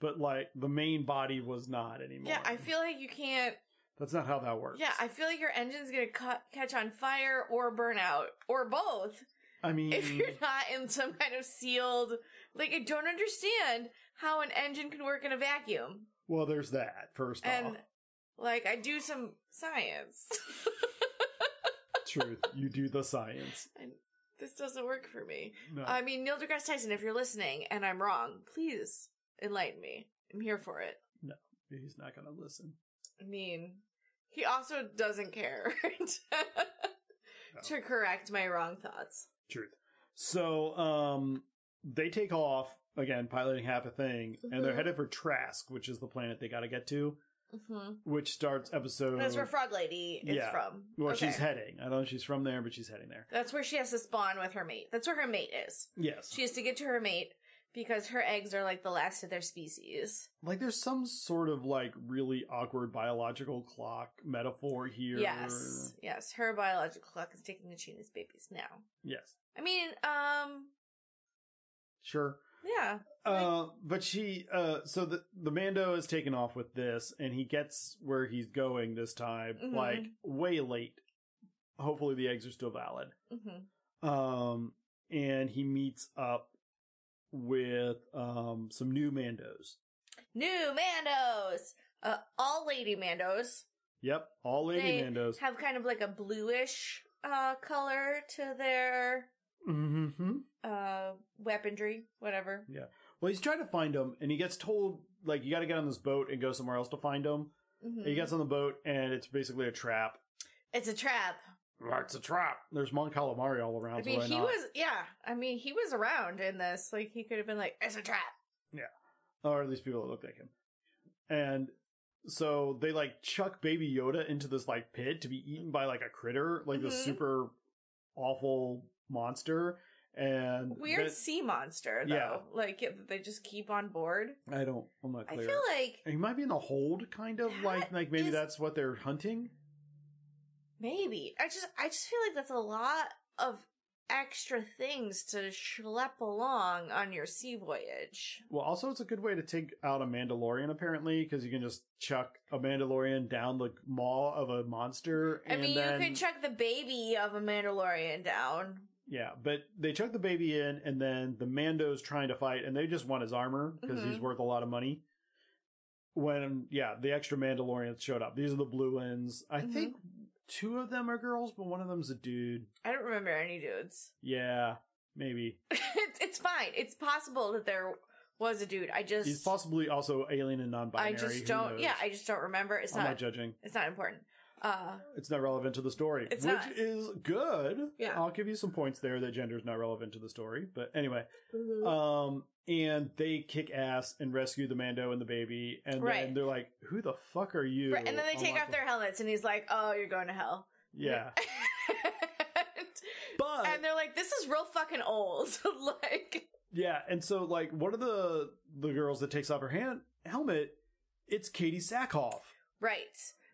but like the main body was not anymore.
Yeah, I feel like you can't.
that's not how that works.
Yeah, I feel like your engine's gonna cut, catch on fire or burn out or both
I mean,
if you're not in some kind of sealed. Like, I don't understand how an engine can work in a vacuum.
well, there's that. First off,
And like, I do some science.
truth, you do the science.
and this doesn't work for me.
No.
I mean, Neil deGrasse Tyson, if you're listening and I'm wrong, please enlighten me. I'm here for it.
He's not gonna listen.
I mean, he also doesn't care to correct my wrong thoughts.
Truth. So, um, they take off again, piloting half a thing, and they're
Mhm.
headed for Trask, which is the planet they got to get to,
Mm-hmm.
which starts episode.
That's where Frog Lady is
Yeah.
from.
well,
Okay.
she's heading. I don't know if she's from there, but she's heading there.
That's where she has to spawn with her mate. That's where her mate is.
Yes.
She has to get to her mate, because her eggs are like the last of their species.
Like there's some sort of like really awkward biological clock metaphor here.
Yes, yes. Her biological clock is taking the China's babies now.
Yes.
I mean, um,
Sure.
yeah,
Uh, but she, uh, so the, the Mando is taken off with this and he gets where he's going this time,
Mhm.
like way late. Hopefully the eggs are still valid.
hmm
Um, and he meets up with, um, some new Mandos.
new Mandos, uh, all lady Mandos
Yep. All
They
lady Mandos.
have kind of like a bluish uh color to their
hmm
uh weaponry, whatever.
Well, he's trying to find them and he gets told, like, you gotta get on this boat and go somewhere else to find them.
Mhm.
And he gets on the boat and it's basically a trap.
It's a trap.
It's a trap. There's Mon Calamari all around.
I
so
mean,
why
he
not?
was yeah. I mean, he was around in this. Like, he could have been like, "It's a trap."
or at least people that look like him. And so they like chuck Baby Yoda into this like pit to be eaten by like a critter, like this
Mhm.
super awful monster. And
Weird
that-
sea monster though.
Yeah.
Like it- they just keep on board.
I don't. I'm not
I
clear.
feel like
he might be in the hold, kind of
That
like like maybe
is-
that's what they're hunting.
maybe I just I just feel like that's a lot of extra things to schlep along on your sea voyage.
Well, also it's a good way to take out a Mandalorian apparently because you can just chuck a Mandalorian down the maw of a monster.
I
and
mean,
then...
you could chuck the baby of a Mandalorian down.
Yeah, but they chuck the baby in, and then the Mando's trying to fight, and they just want his armor because he's
Mhm.
worth a lot of money. When yeah, the extra Mandalorians showed up. These are the blue ones. I
Mhm.
think two of them are girls, but one of them's a dude.
I don't remember any dudes.
Yeah, maybe
it's, it's fine. It's possible that there was a dude. I just
he's possibly also alien and non-binary.
I
Who
just don't.
knows?
Yeah, I just don't remember. It's
I'm
not.
not judging.
it's not important. Uh,
It's not relevant to the story,
It's
which
not.
is good.
Yeah.
I'll give you some points there that gender's not relevant to the story, but anyway. Um, and they kick ass and rescue the Mando and the baby, and then
Right.
they're like, "Who the fuck are you?"
Right, and then they
I'm
take
like,
off their helmets, and he's like, "Oh, you're going to hell."
yeah.
and,
But
they're like, "This is real fucking old." like,
yeah, and so like one of the the girls that takes off her hand helmet, it's Katie Sackhoff,
right?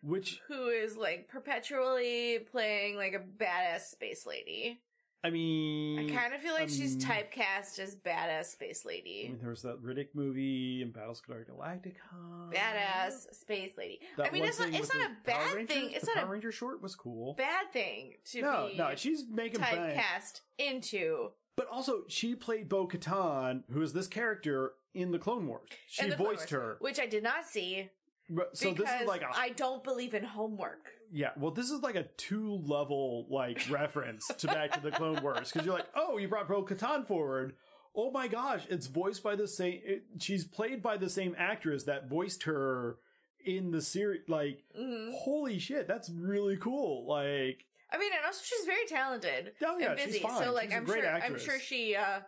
which
Who is like perpetually playing like a badass space lady?
I
I
mean,
kind of feel like she's
um,
typecast as badass space
I
lady.
mean, there was that Riddick movie and Battlestar Galactica,
badass space lady.
That
I mean,
one
it's not
thing
it's
with
not a
the Power
bad
Rangers-
thing. It's
the
not
Power
a
Ranger short was cool.
bad thing to
No,
be
no, she's making bank.
typecast into.
But also, she played Bo Katan, who is this character in the Clone Wars. She
in the Clone
voiced
Wars,
her.
which I did not see.
But- So this is like a
I don't believe in homework.
yeah. Well, this is like a two level like reference to back to the Clone Wars because you're like, oh, you brought Bo Katan forward. Oh my gosh, it's voiced by the same. It, she's played by the same actress that voiced her in the series. Like,
Mhm.
holy shit, that's really cool. Like,
I mean, and also she's very talented
oh yeah,
and busy.
she's fine.
So like,
she's a
I'm
great
sure
actress.
I'm sure she uh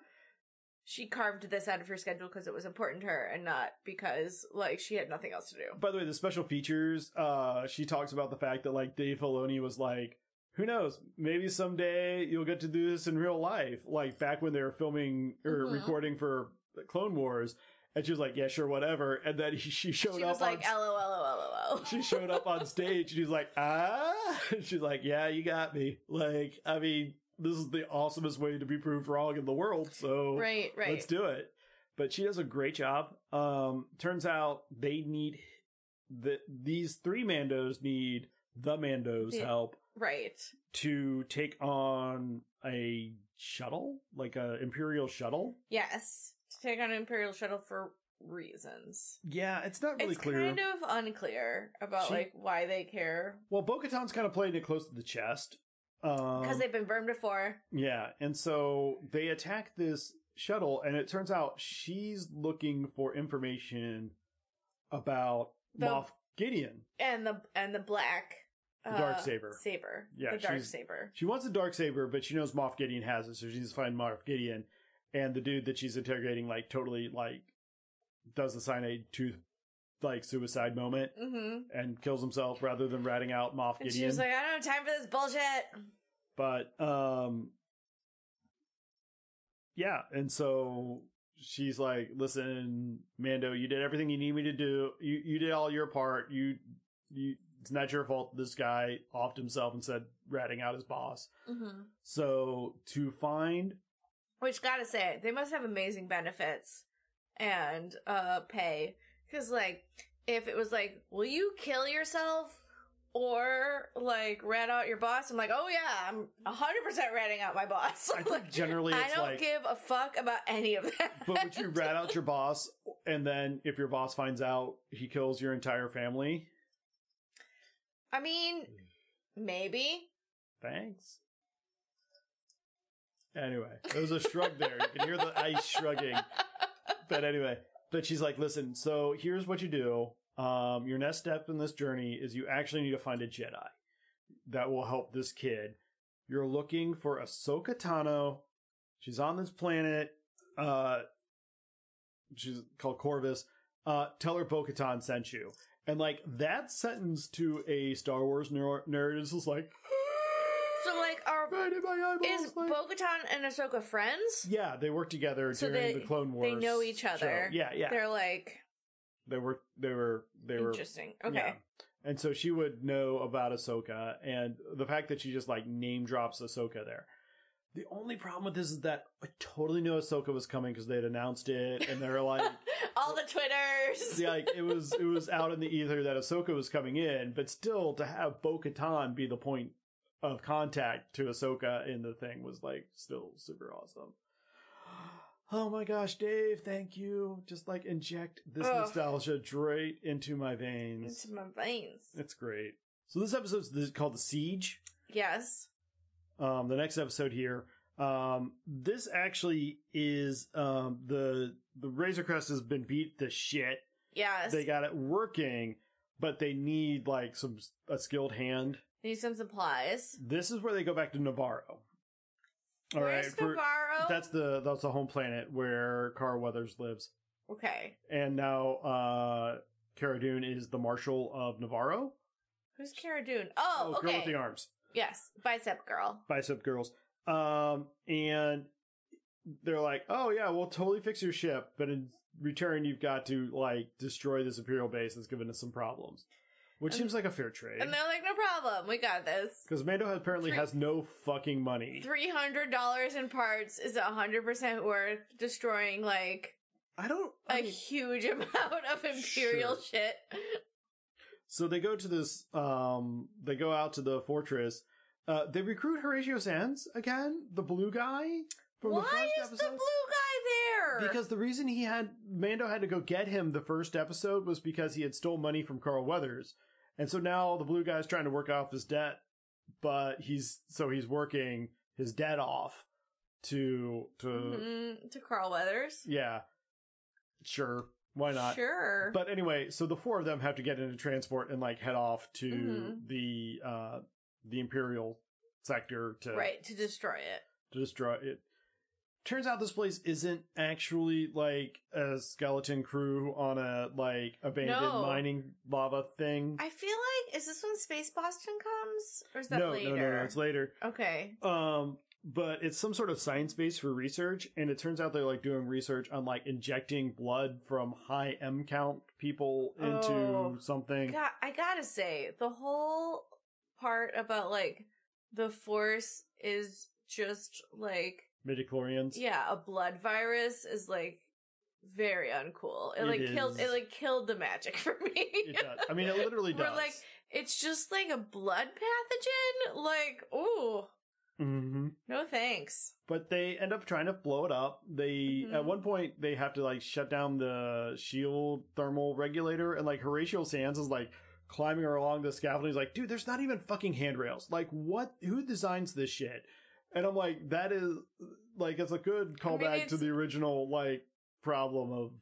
she carved this out of her schedule because it was important to her and not because like she had nothing else to do.
By the way, the special features, uh, she talks about the fact that like Dave Filoni was like, who knows, maybe someday you'll get to do this in real life. Like back when they were filming or
Mhm.
recording for Clone Wars, and she was like, yeah, sure, whatever. And then he, she showed
She
up
was like,
on
"LOL, LOL,
she showed up on stage and he's like, ah, and she's like, yeah, you got me. Like, I mean, this is the awesomest way to be proved wrong in the world. So
Right, right.
Let's do it. But she does a great job. Um, turns out they need the these three Mandos need the Mandos
Yeah.
help
right.
to take on a shuttle, like a Imperial shuttle.
Yes, to take on an Imperial shuttle for reasons.
Yeah, it's not really
it's
clear.
kind of unclear about
She-
like why they care
well, Bo-Katan's kind of playing it close to the chest.
because
Um,
they've been burned before.
yeah, and so they attack this shuttle, and it turns out she's looking for information about
The-
Moff Gideon.
and the and the black uh,
The Darksaber.
saber,
Yeah,
the dark
she's-
saber.
She wants a dark saber, but she knows Moff Gideon has it, so she needs to find Moff Gideon. And the dude that she's interrogating, like, totally like does the cyanide tooth like suicide moment
Mm-hmm.
and kills himself rather than ratting out Moff
And
Gideon.
she was like, "I don't have time for this bullshit."
but um, yeah, and so she's like, "Listen, Mando, you did everything you need me to do. You you did all your part. You you." It's not your fault this guy offed himself and said ratting out his boss.
hmm
So to find
Which gotta say, they must have amazing benefits and uh pay. Cause like, if it was like, will you kill yourself or like rat out your boss? I'm like, oh yeah, I'm hundred percent ratting out my boss.
I think generally
I
it's
don't
like
give a fuck about any of that.
but would you rat out your boss and then if your boss finds out he kills your entire family?
I mean, maybe.
Thanks. Anyway, there was a shrug there. You can hear the ice shrugging. But anyway, but she's like, listen, so here's what you do. Um, your next step in this journey is you actually need to find a Jedi that will help this kid. You're looking for Ahsoka Tano. She's on this planet. Uh, she's called Corvus. Uh, tell her Bo Katan sent you. And like that sentence to a Star Wars ner- nerd is just like,
So like, are
Right in my eyeballs.
is
like-
Bo-Katan and Ahsoka friends?
yeah, they work together
So
during
they-
the Clone Wars.
they know each other.
show. Yeah, yeah.
They're like
they were they were they were
interesting. Okay.
yeah. And so she would know about Ahsoka and the fact that she just like name drops Ahsoka there. The only problem with this is that I totally knew Ahsoka was coming because they had announced it and they're like
All the twitters.
yeah, like it was it was out in the ether that Ahsoka was coming in, but still to have Bo Katan be the point of contact to Ahsoka in the thing was like still super awesome. Oh my gosh, Dave, thank you. Just like inject this
Ugh.
nostalgia straight into my veins.
Into my veins.
It's great. So this episode's this is called The Siege.
Yes.
Um, the next episode here. Um, this actually is um the the Razor Crest has been beat to shit
Yes.
they got it working, but they need like some a skilled hand.
Need some supplies.
This is where they go back to Navarro. All right,
Where's
for-
Navarro?
that's the that's the home planet where Carl Weathers lives,
okay.
and now uh, Cara Dune is the Marshal of Navarro.
Who's Cara Dune? Oh,
girl
okay.
with the arms,
yes, bicep girl.
bicep girls. Um, and they're like, oh yeah, we'll totally fix your ship, but in return, you've got to like destroy this Imperial base that's given us some problems, which
And-
seems like a fair trade.
And they're like, no problem. We got this.
Because Mando has- apparently
Three-
has no fucking money.
Three hundred dollars in parts is hundred percent worth destroying like
I don't.
a
I mean,
huge amount of imperial
Sure.
shit.
so they go to this. Um, they go out to the fortress. Uh, they recruit Horatio Sands again, the blue guy from the
Why
first
is
episode.
the blue guy there?
because the reason he had Mando had to go get him the first episode was because he had stole money from Carl Weathers, and so now the blue guy's trying to work off his debt, but he's so he's working his debt off to to
Mhm, to Carl Weathers.
uh, yeah, sure why not
Sure.
But anyway, so the four of them have to get into transport and like head off to
Mhm.
the uh the Imperial sector to
right to destroy it.
to destroy it. Turns out this place isn't actually like a skeleton crew on a like abandoned
No.
mining lava thing.
I feel like is this when Space Boston comes, or is that
no,
later?
no, no, no, it's later.
okay.
Um but it's some sort of science base for research, and it turns out they're like doing research on like injecting blood from high M count people into
Oh.
something.
God, I gotta say, the whole part about like the Force is just like
Midichlorians.
yeah, a blood virus is like very uncool. It,
It
like killed
is.
it like killed the magic for me.
It does. I mean, it literally
We're
does.
like, it's just like a blood pathogen. Like, ooh,
hmm
no thanks.
But they end up trying to blow it up. They
Mhm.
at one point they have to like shut down the shield thermal regulator, and like Horatio Sands is like climbing along the scaffolding. He's like, dude, there's not even fucking handrails. Like, what? Who designs this shit? And I'm like, that is like it's a good
I mean,
callback to
it's-
the original like problem of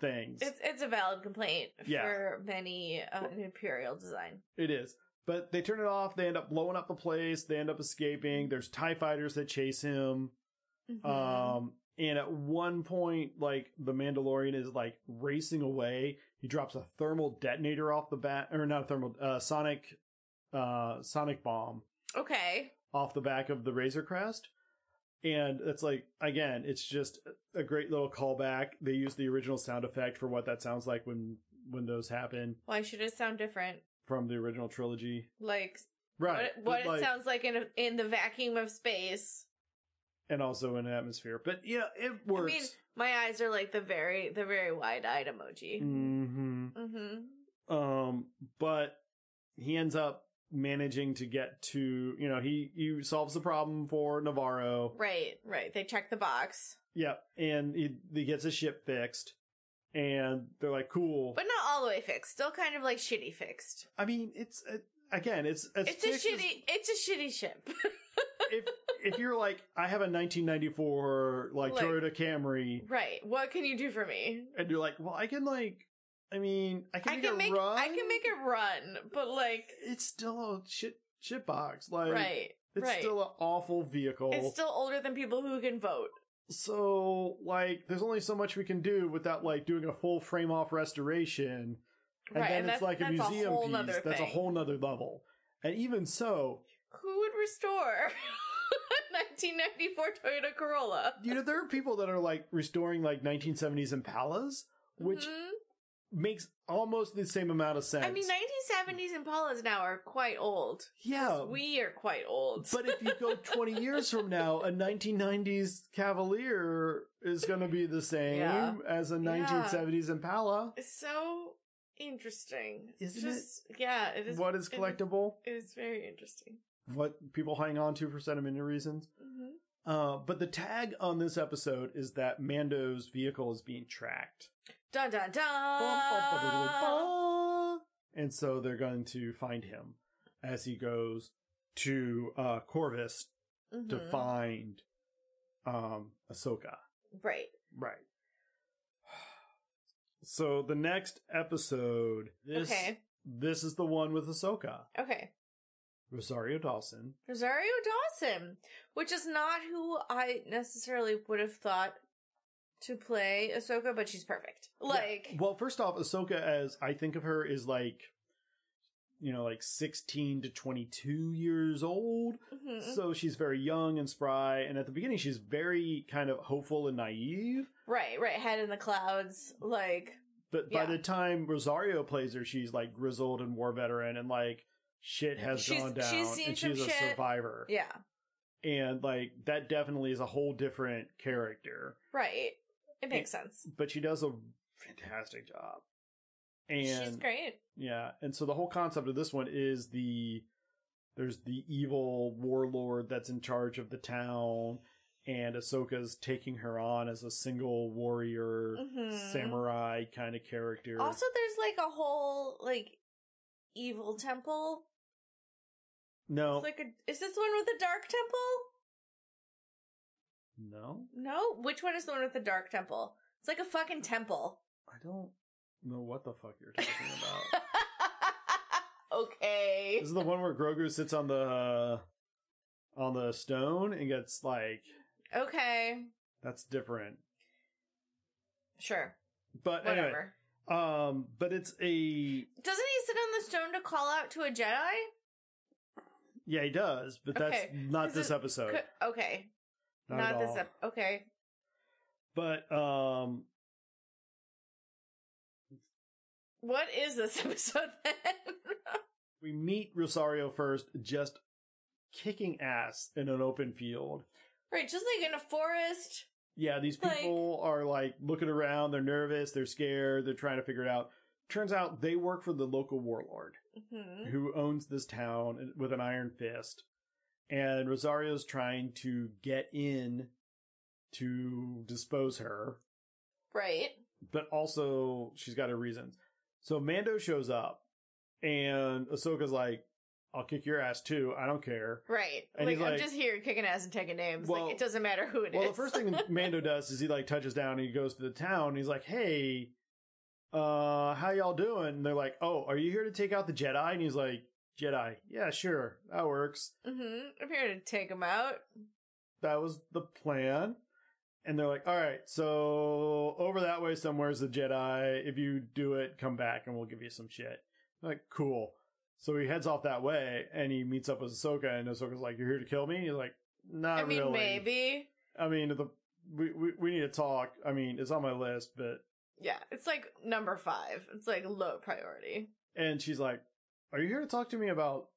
things.
It's it's a valid complaint
Yeah.
for many uh, an imperial design.
It is. But they turn it off. They end up blowing up the place. They end up escaping. There's TIE fighters that chase him.
Mhm.
Um, and at one point, like the Mandalorian is like racing away. He drops a thermal detonator off the bat, or not a thermal, uh, sonic, uh, sonic bomb
okay.
off the back of the Razor Crest. And it's like, again, it's just a great little callback. They use the original sound effect for what that sounds like when, when those happen
Why should it sound different?
from the original trilogy.
Like
Right.
what, what
but, like-
it sounds like in a, in the vacuum of space.
And also in atmosphere. But yeah, it
I mean,
works.
my eyes are like the very the very wide eyed emoji.
hmm
Mm-hmm.
Um, but he ends up managing to get to, you know, he, he solves the problem for Navarro.
Right, right. They check the box,
Yeah. And he, he gets his ship fixed. And they're like, cool.
but not all the way fixed. Still kind of like shitty fixed.
I mean, it's, uh, again, it's,
It's a
fixed as-
shitty. It's a shitty ship.
if if you're like, I have a 1994 like,
Like-
Toyota Camry,
right. What can you do for me?
and you're like, well, I can like, I mean, I can
I
make
can
it
make.
run.
I can make it run, but like,
It's still a shit shit box. Like,
right.
it's
right.
still an awful vehicle.
It's still older than people who can vote.
so like, there's only so much we can do without like doing a full frame off restoration, and
right.
then
and
it's
that's,
like a
that's
museum
whole
piece.
nother
That's a
thing.
whole nother level. And even so,
Who would restore 1994 Toyota Corolla?
you know, there are people that are like restoring like 1970s Impalas, which
Mhm.
makes almost the same amount of sense.
I mean, 1970s Impalas now are quite old.
yeah,
We are quite old.
but if you go 20 years from now, a 1990s Cavalier is going to be the same
Yeah.
as a 1970s Impala.
It's so interesting.
Isn't it?
Just, it? Yeah, it is.
what is
it-
collectible?
It is very interesting.
What people hang on to for sentimental reasons?
hmm
Uh, but the tag on this episode is that Mando's vehicle is being tracked.
Dun dun dun.
And so they're going to find him as he goes to uh, Corvus to
Mhm.
find um, Ahsoka.
Right.
Right. So the next episode, this
Okay.
this is the one with Ahsoka,
Okay.
Rosario Dawson.
Rosario Dawson, which is not who I necessarily would have thought to play Ahsoka, but she's perfect. Like,
Yeah. well, first off, Ahsoka, as I think of her, is like, you know, like sixteen to twenty-two years old.
mhm.
So she's very young and spry, and at the beginning, she's very kind of hopeful and naive.
right, right, head in the clouds, like,
But by
Yeah.
the time Rosario plays her, she's like grizzled and war veteran, and like shit has
She's-
gone down,
she's seen
and
some
she's a
shit.
survivor.
yeah,
and like that definitely is a whole different character
right. It makes sense.
but she does a fantastic job and
she's great.
yeah and so the whole concept of this one is the there's the evil warlord that's in charge of the town and Ahsoka's taking her on as a single warrior
Mhm.
samurai kind of character
Also, there's like a whole like evil temple.
no
It's like, a, is this one with the dark temple?
no
No, which one is the one with the dark temple? It's like a fucking temple.
i don't know what the fuck you're talking about
okay.
this is the one where grogu sits on the on the stone and gets like
Okay.
That's different.
Sure.
But
Whatever.
anyway, um, but it's a
Doesn't he sit on the stone to call out to a Jedi?
yeah, he does, but that's
Okay.
not
Is
this
it-
episode.
Could- okay.
Oh. not
Not,
at
this
all.
up. Okay.
But um,
What is this episode then?
we meet Rosario first, just kicking ass in an open field.
right, just like in a forest.
Yeah, these
Like-
people are like looking around. They're nervous. They're scared. They're trying to figure it out. Turns out they work for the local warlord.
hmm
who owns this town with an iron fist. And Rosario's trying to get in to dispose her,
Right.
but also she's got her reasons. So Mando shows up and Ahsoka's like, I'll kick your ass too. I don't care.
Right.
And
like,
he's
I'm
like-
just here kicking ass and taking names.
Well-
like it doesn't matter who it is.
Well, the first thing Mando does is he like touches down and he goes to the town. And he's like, "Hey, uh, how y'all doing?" And they're like, "Oh, are you here to take out the Jedi?" And he's like, "Jedi, yeah, sure, that works."
hmm I'm here to take him out.
that was the plan. And they're like, all right, so over that way somewhere's the Jedi. If you do it, come back and we'll give you some shit. I'm like, cool. So he heads off that way and he meets up with Ahsoka and Ahsoka's like, you're here to kill me? He's like, not
I mean,
really.
maybe.
I mean, the we, we we need to talk. I mean, it's on my list, but
Yeah, it's like number five. It's like low priority.
and she's like, "Are you here to talk to me about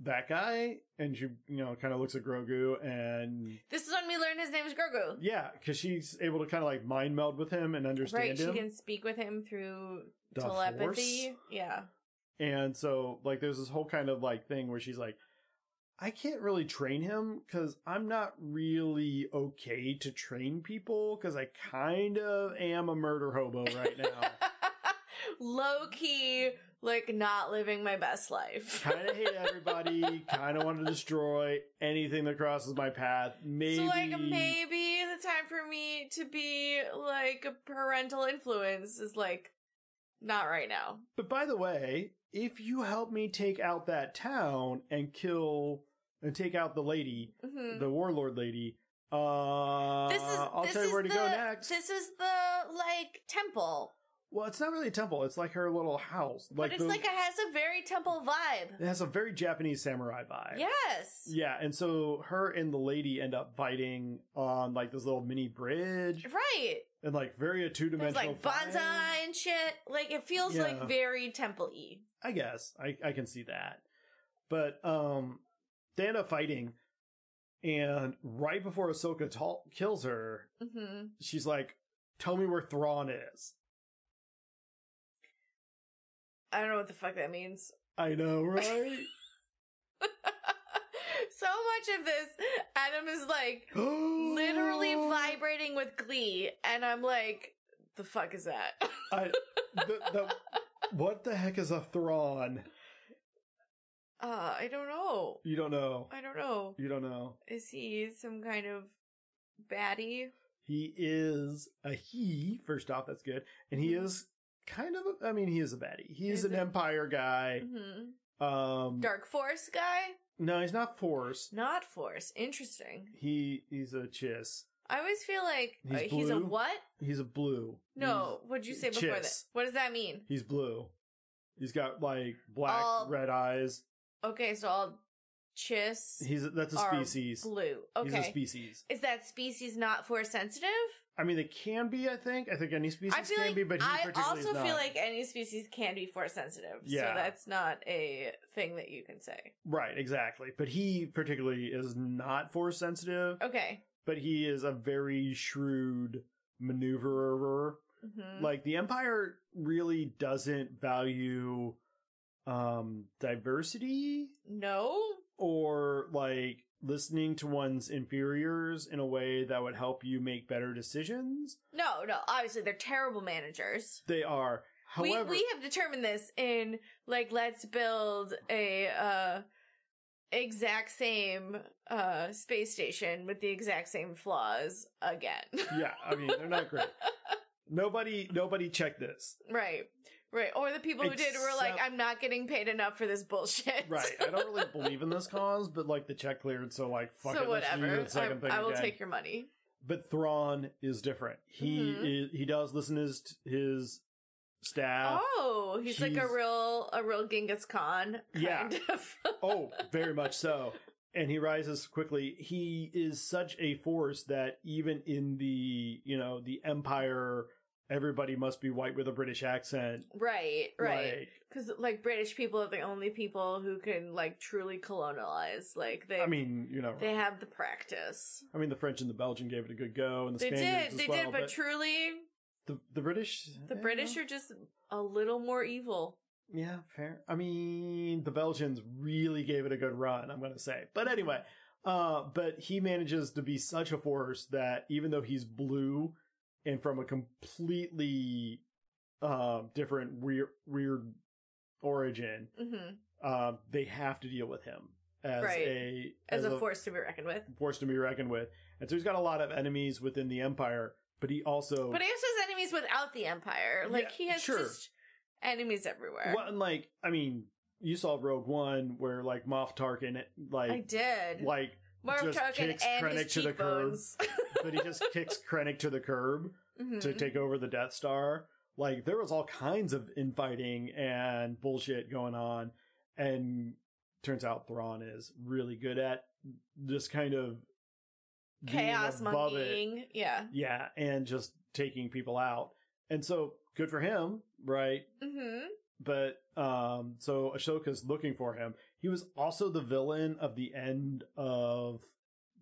that guy?" And she, you know, kind of looks at Grogu, and
This is when we learn his name is Grogu.
yeah, because she's able to kind of like mind meld with him and understand
right,
him.
she can speak with him through
The
telepathy.
Force.
Yeah.
And so, like, there's this whole kind of like thing where she's like, I can't really train him because I'm not really okay to train people because I kind of am a murder hobo right now.
Low key, like not living my best life.
kind of hate everybody, kind of want to destroy anything that crosses my path. Maybe.
So like maybe the time for me to be like a parental influence is like not right now.
But by the way, if you help me take out that town and kill and take out the lady,
Mhm.
the warlord lady, uh,
this is
I'll
this
tell you
is
where to
the,
go next.
This is the like temple,
Well, it's not really a temple. It's like her little house. Like
but it's
the-
like it has a very temple vibe.
it has a very Japanese samurai vibe.
Yes,
Yeah, and so her and the lady end up fighting on like this little mini bridge
right.
and like very a two
There's
dimensional
like bonsai and shit. Like it feels
Yeah.
like very temple-y.
I guess I, I can see that. But um they end up fighting and right before Ahsoka ta- kills her,
hmm
she's like, "Tell me where Thrawn is."
I don't know what the fuck that means.
I know, right?
so much of this, Adam is like literally vibrating with glee, and I'm like, the fuck is that?
I, the, the, what the heck is a Thrawn?
Uh, I don't know.
You don't know.
I don't know.
You don't know.
Is he some kind of baddie?
He is a he, first off, that's good. And he is kind of a, I mean, he is a baddie. He is
Mm-hmm. Is
an
it-
empire guy.
hmm
Um
Dark Force guy?
No, he's not force.
Not Force. Interesting.
He he's a chiss.
I always feel like
He's
uh, he's a
blue.
what?
He's a blue.
No, what'd you say before that?
Chiss.
What does that mean?
He's, he's blue. He's got like black
All-
red eyes.
Okay, so I'll chiss
He's a- that's a
are
species.
blue.
He's a
Okay.
species.
Is that species not force sensitive?
I mean, they can be. I think. I think any species
I feel
can
like
be, but he
I
particularly is
also feel
not.
like any species can be force sensitive.
Yeah.
So that's not a thing that you can say.
right, exactly. But he particularly is not force sensitive.
Okay.
But he is a very shrewd maneuverer.
hmm
Like the Empire really doesn't value um diversity
no.
or like listening to one's inferiors in a way that would help you make better decisions.
No, no. Obviously, they're terrible managers.
They are, however,
we, we have determined this in like let's build a uh exact same uh space station with the exact same flaws again.
yeah, I mean, they're not great. Nobody, nobody checked this.
right. Right. Or the people who did were like,
Except-
I'm not getting paid enough for this bullshit.
Right. I don't really believe in this cause, but like the check cleared, so like fuck
so
it, let's do
whatever.
the
I,
second thing
I will
again.
take your money.
But Thrawn is different. He
Mhm.
is, he does listen to his his staff.
oh, he's like a
he's-
real a real Genghis Khan kind
Yeah.
of.
Oh, very much so. And he rises quickly. He is such a force that even in the, you know, the empire, everybody must be white with a British accent.
right, right.
Like,
Because like British people are the only people who can like truly colonialize. Like they,
I mean, you know,
they have the practice.
I mean, the French and the Belgian gave it a good go, and the
They
Spaniards
did,
as
they
well.
did, but,
but
truly,
the the British,
the
eh,
British are just a little more evil.
yeah, fair. I mean, the Belgians really gave it a good run. I'm gonna say, but anyway, uh, but he manages to be such a force that even though he's blue and from a completely uh, different weird weird origin,
hmm
uh, they have to deal with him as
Right.
a
As, a, force to be reckoned with.
force to be reckoned with, and so he's got a lot of enemies within the empire. But he also
But he also has enemies without the empire. Like
Oh. Yeah,
he has
sure.
just enemies everywhere.
Well, and like, I mean, you saw Rogue One where like Moff Tarkin,
I
like,
did.
like,
Marv
just
Tarkin
kicks
and
Krennic
his
to the curb.
cheekbones.
but he just kicks Krennic to the curb
Mhm.
to take over the Death Star. Like, there was all kinds of infighting and bullshit going on, and turns out Thrawn is really good at this kind of
chaos
being above it.
monkeying. Yeah.
Yeah, and just taking people out. And so good for him, right?
Mm-hmm.
But um so Ashoka's looking for him. He was also the villain of the end of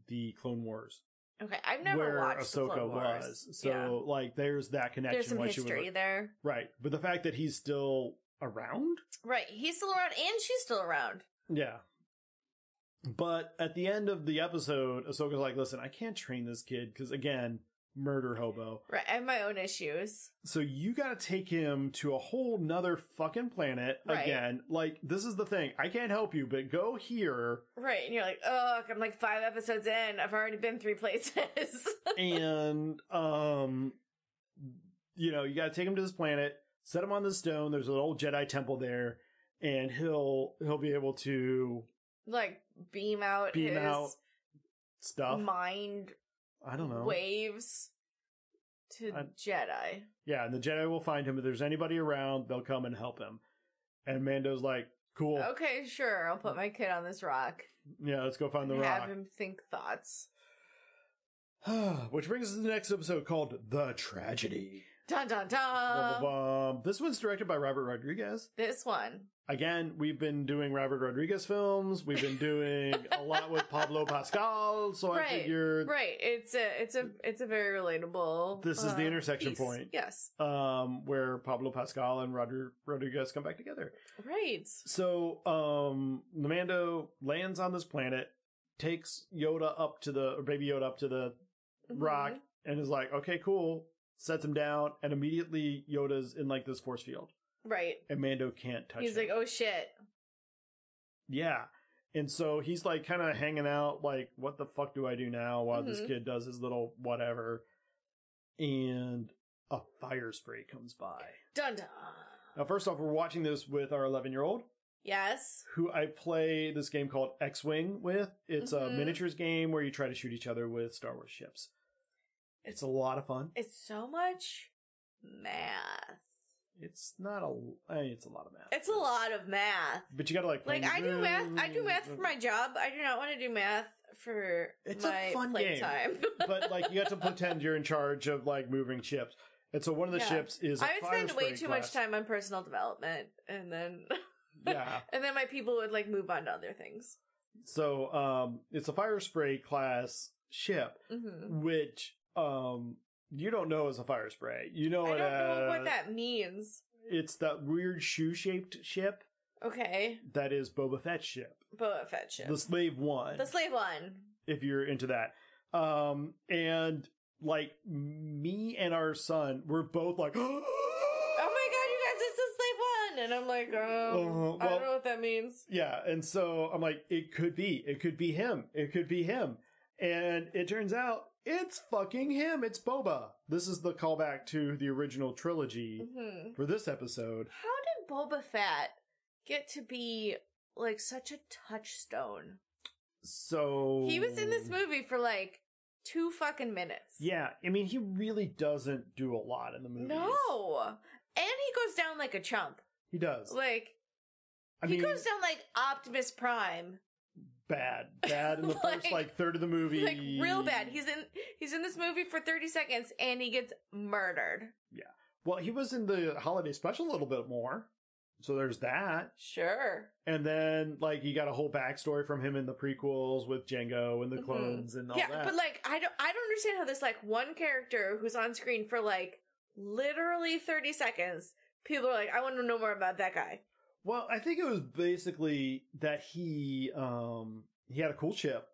the Clone Wars.
Okay, I've never
where
watched
Ahsoka
the Clone Wars.
was. So
Yeah.
like there's that connection
There's some
why she was-
history there.
Right. But the fact that he's still around?
Right, he's still around and she's still around.
Yeah. But at the end of the episode, Ahsoka's like, listen, I can't train this kid because again, murder hobo.
Right, I have my own issues.
So you gotta take him to a whole nother fucking planet
Right.
again. Like, this is the thing. I can't help you, but go here.
Right, and you're like, oh, I'm like five episodes in. I've already been three places.
and um you know, you gotta take him to this planet, set him on this stone, there's an old Jedi temple there, and he'll he'll be able to
like beam out
Beam
his
out stuff.
mind
I don't know.
waves to
I-
Jedi.
Yeah, and the Jedi will find him. If there's anybody around, they'll come and help him. And Mando's like, Cool.
Okay, sure. I'll put my kid on this rock.
Yeah, let's go find the
and
rock.
Have him think thoughts.
Which brings us to the next episode called The Tragedy.
Dun dun dun.
Bum, bum, bum. This one's directed by Robert Rodriguez.
This one.
Again, we've been doing Robert Rodriguez films. We've been doing a lot with Pablo Pascal, so I
Right,
figured
Right. It's a it's a it's a very relatable. um,
This is the intersection
piece.
point.
Yes.
um where Pablo Pascal and Roger Rodriguez come back together.
Right.
So, um, Mando lands on this planet, takes Yoda up to the, or baby Yoda up to the rock,
Mhm.
and is like, okay, cool, sets him down, and immediately Yoda's in like this force field,
Right.
and Mando can't touch
He's
him.
like, oh shit.
yeah. And so he's like kind of hanging out, like, what the fuck do I do now while this
Mhm.
kid does his little whatever? And a fire spray comes by.
Dun dun.
Now, first off, we're watching this with our 11 year old.
Yes.
who I play this game called X Wing with. It's a
Mhm.
miniatures game where you try to shoot each other with Star Wars ships. It's a lot of fun.
It's so much math.
It's not a. I mean, it's a lot of math.
It's a lot of math.
But you gotta like.
Like I do math. I do math for my job. I do not want to do math for
It's a
my
fun game.
playtime.
but like you have to pretend you're in charge of like moving ships, and so one of the
Yeah.
ships is. I
I would spend way too much
time.
time on personal development, and then
Yeah.
and then my people would like move on to other things.
So um, it's a fire spray class ship,
hmm
which um you don't know is a fire spray. You know
I don't
it
know
as-
what that means.
It's that weird shoe shaped ship
Okay,
that is Boba Fett's ship,
Boba Fett ship.
the Slave One.
The slave one.
if you're into that, um, and like me and our son, we're both like,
Oh my god, you guys, it's the slave one, and I'm like, um,
Uh,
I
well-
don't know what that means.
yeah. And so I'm like, it could be, it could be him, it could be him, and it turns out it's fucking him. It's Boba. This is the callback to the original trilogy
hmm
for this episode.
How did Boba Fett get to be like such a touchstone?
So
He was in this movie for like two fucking minutes.
Oh. Yeah, I mean, he really doesn't do a lot in the movie.
No. And he goes down like a chump.
he does.
Like
I
he
mean,
goes down like Optimus Prime.
bad, bad in the first
Like-
like third of the movie,
Like real bad. He's in he's in this movie for 30 seconds and he gets murdered.
well, he was in the holiday special a little bit more, so there's that.
Sure.
And then like you got a whole backstory from him in the prequels with Django and the
Mhm.
clones and all
yeah,
that.
but like I don't I don't understand how this like one character who's on screen for like literally 30 seconds, people are like, I want to know more about that guy.
well, I think it was basically that he um he had a cool chip,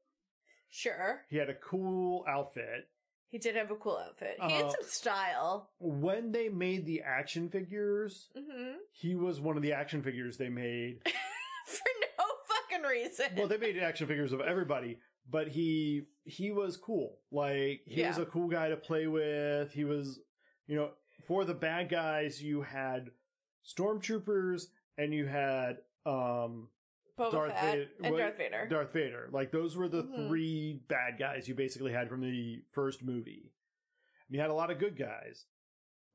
Sure.
he had a cool outfit.
He did have a cool outfit. He
Uh,
had some style.
When they made the action figures,
hmm
he was one of the action figures they made.
For no fucking reason.
well, they made action figures of everybody, but he he was cool. Like he was
Yeah.
a cool guy to play with. He was, you know, for the bad guys, you had stormtroopers and you had um
Boba
Darth
Fett
Vader-
and
what-
Darth Vader.
Darth Vader. Like those were the
Mhm.
three bad guys you basically had from the first movie. And you had a lot of good guys.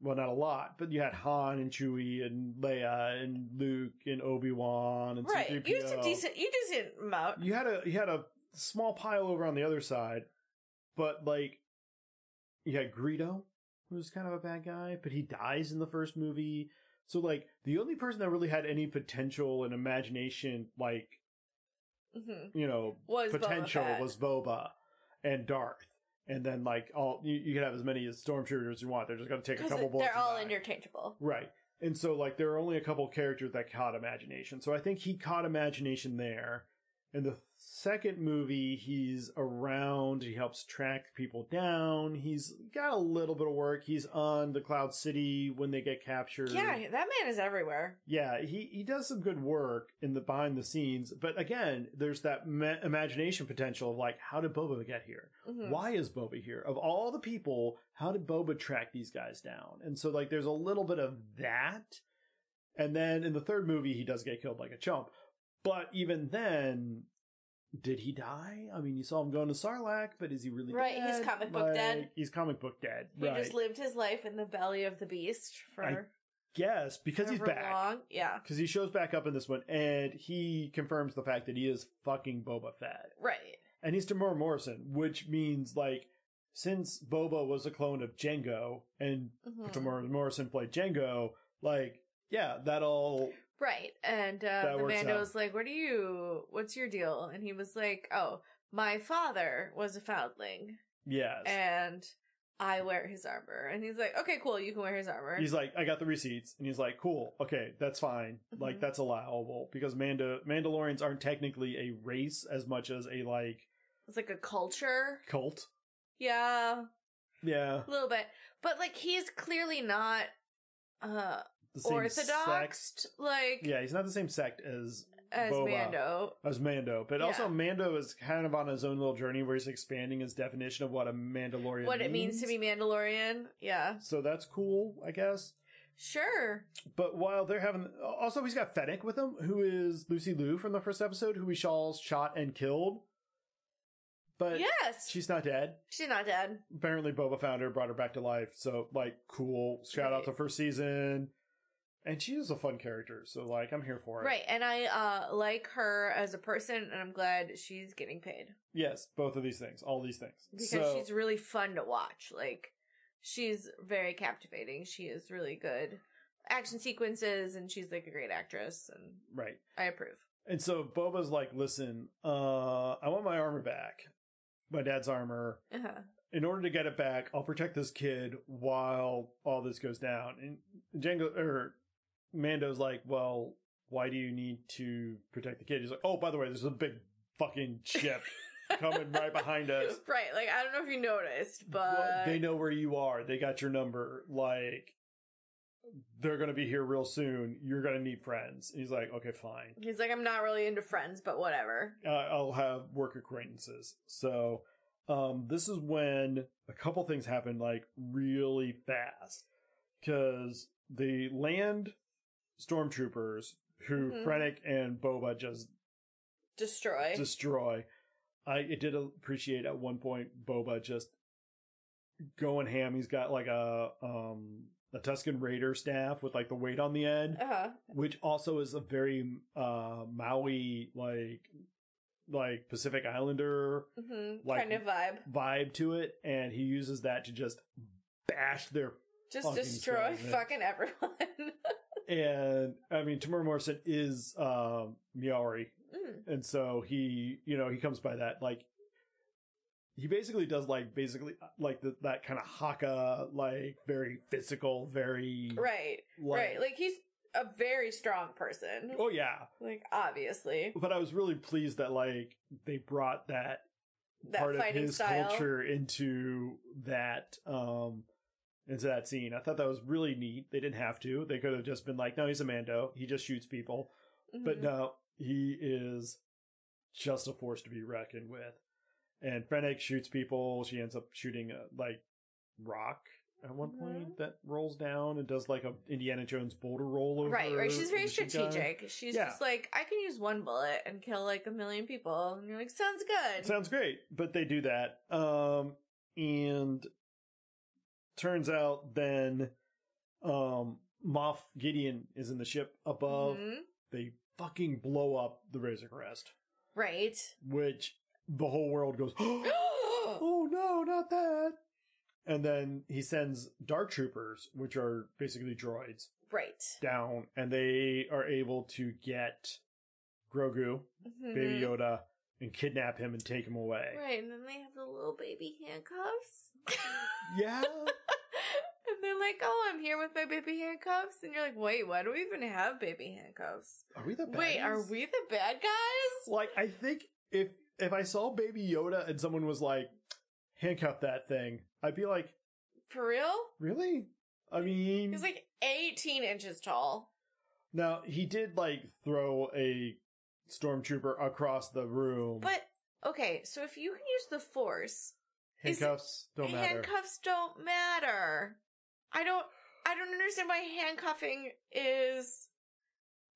Well, not a lot, but you had Han and Chewie and Leia and Luke and Obi Wan and
Right.
C-3PO.
You had some decent you decent amount.
You had a you had a small pile over on the other side, But like, you had Greedo, who's kind of a bad guy, but he dies in the first movie. So like, the only person that really had any potential and imagination, like
Mhm.
you know,
Was Boba
potential
Fett.
was Boba and Darth. And then like all you, you can have as many as stormtroopers as you want. They're just gonna take a
'Cause
couple bullets.
they're
and
all
die.
interchangeable.
Right. And so like there are only a couple characters that caught imagination. So I think he caught imagination there. In the second movie, he's around, he helps track people down. He's got a little bit of work. He's on the Cloud City when they get captured.
Yeah, that man is everywhere.
Yeah, he, he does some good work in the behind the scenes, but again, there's that ma- imagination potential of like, how did Boba get here?
Mhm.
Why is Boba here? Of all the people, how did Boba track these guys down? And so, like, there's a little bit of that. And then in the third movie, he does get killed like a chump. But even then, did he die? I mean, you saw him going to Sarlacc, but is he really
Right,
dead?
he's comic book dead.
He's comic book dead.
He
right.
just lived his life in the belly of the beast for
I- yes, because he's
however
back.
long. Yeah,
Because he shows back up in this one, and he confirms the fact that he is fucking Boba Fett,
right.
and he's Tamora Morrison, which means like since Boba was a clone of Django, and
Mhm.
Tamora Morrison played Django, like yeah, that'll
Right. And uh,
That
the
works
man
out.
was like, What are you? What's your deal? And he was like, Oh, my father was a foundling
yes.
Eh. and I wear his armor. And he's like, Okay, cool. You can wear his armor.
He's like, I got the receipts, and he's like, cool, okay, that's fine, like
Mhm.
that's allowable because Manda Mandalorians aren't technically a race as much as a like
it's like a culture.
cult.
Yeah,
Yeah,
a little bit. But like, he's clearly not uh
the same sect.
orthodoxed. Like,
Yeah, he's not the same sect as
as
Boba.
Mando.
as Mando, but
Yeah.
also Mando is kind of on his own little journey where he's expanding his definition of what a Mandalorian
What it means to be Mandalorian. Yeah.
So that's cool, I guess.
Sure.
But while they're having, also he's got Fennec with him, who is Lucy Liu from the first episode, who we saw shot and killed. But
yes.
she's not dead.
She's not dead.
Apparently, Boba found her, brought her back to life. So, like, cool. Shout out
Right.
to first season. And she is a fun character, so like, I'm here for it.
Right, and I uh like her as a person, and I'm glad she's getting paid
Yes, both of these things, all these things.
because
So-
she's really fun to watch. Like, she's very captivating. She is really good action sequences, and she's like a great actress, and
right.
I approve.
And so Boba's like, listen, uh, I want my armor back. My dad's armor.
Uh-huh.
In order to get it back, I'll protect this kid while all this goes down. And Django or Mando's like, well, why do you need to protect the kid? He's like, oh, by the way, there's a big fucking ship coming right behind us.
Right, like I don't know if you noticed, but
Well, they know where you are. They got your number. Like, they're gonna be here real soon. You're gonna need friends. And he's like, okay, fine.
he's like, I'm not really into friends, but whatever.
uh, I'll have work acquaintances. So um, this is when a couple things happen like really fast because they land stormtroopers who
Mhm.
Frennick and Boba just
Destroy.
destroy. I it did appreciate at one point Boba just going ham. He's got like a um a Tuscan Raider staff with like the weight on the end
uh-huh.
which also is a very uh Maui like like Pacific Islander
hmm
Like-
kind of vibe.
vibe to it, and he uses that to just bash their
Just
fucking
destroy
destroy, man.
fucking everyone.
and I mean Tamara Morrison is um Miori,
Mm.
and so he you know he comes by that like he basically does like basically uh, like the, that kind of haka like very physical very
Right. right. Like he's a very strong person.
oh yeah
Like obviously
but I was really pleased that like they brought that
that
part of
fighting
his
style.
culture into that um into that scene. I thought that was really neat. They didn't have to. They could have just been like, no, he's a Mando. He just shoots people. But
Mhm.
no, he is just a force to be reckoned with. And Fennec shoots people. She ends up shooting a, like rock at one
Mm-hmm.
point that rolls down and does like a Indiana Jones boulder roll over.
right, right. She's
a
very
machine gun.
strategic. She's
Yeah.
just like, I can use one bullet and kill like a million people. And you're like, sounds good.
Sounds great, but they do that. Um, and turns out then, um, Moff Gideon is in the ship above.
Mhm.
They fucking blow up the Razor Crest,
Right.
which the whole world goes, oh no, not that. And then he sends dark troopers, which are basically droids,
right.
down and they are able to get Grogu,
Mhm.
Baby Yoda, and kidnap him and take him away.
Right, and then they have the little baby handcuffs.
Yeah.
and they're like, oh, I'm here with my baby handcuffs. And you're like, wait, why do we even have baby handcuffs?
Are we the
Wait, are
baddies?
we the bad guys?
Like I think if if I saw Baby Yoda and someone was like handcuff that thing, I'd be like,
For real?
really? I mean,
He's like 18 inches tall.
now he did like throw a stormtrooper across the room.
But, okay, so if you can use the force, is it-
handcuffs don't matter.
handcuffs don't matter. I don't, I don't understand why handcuffing is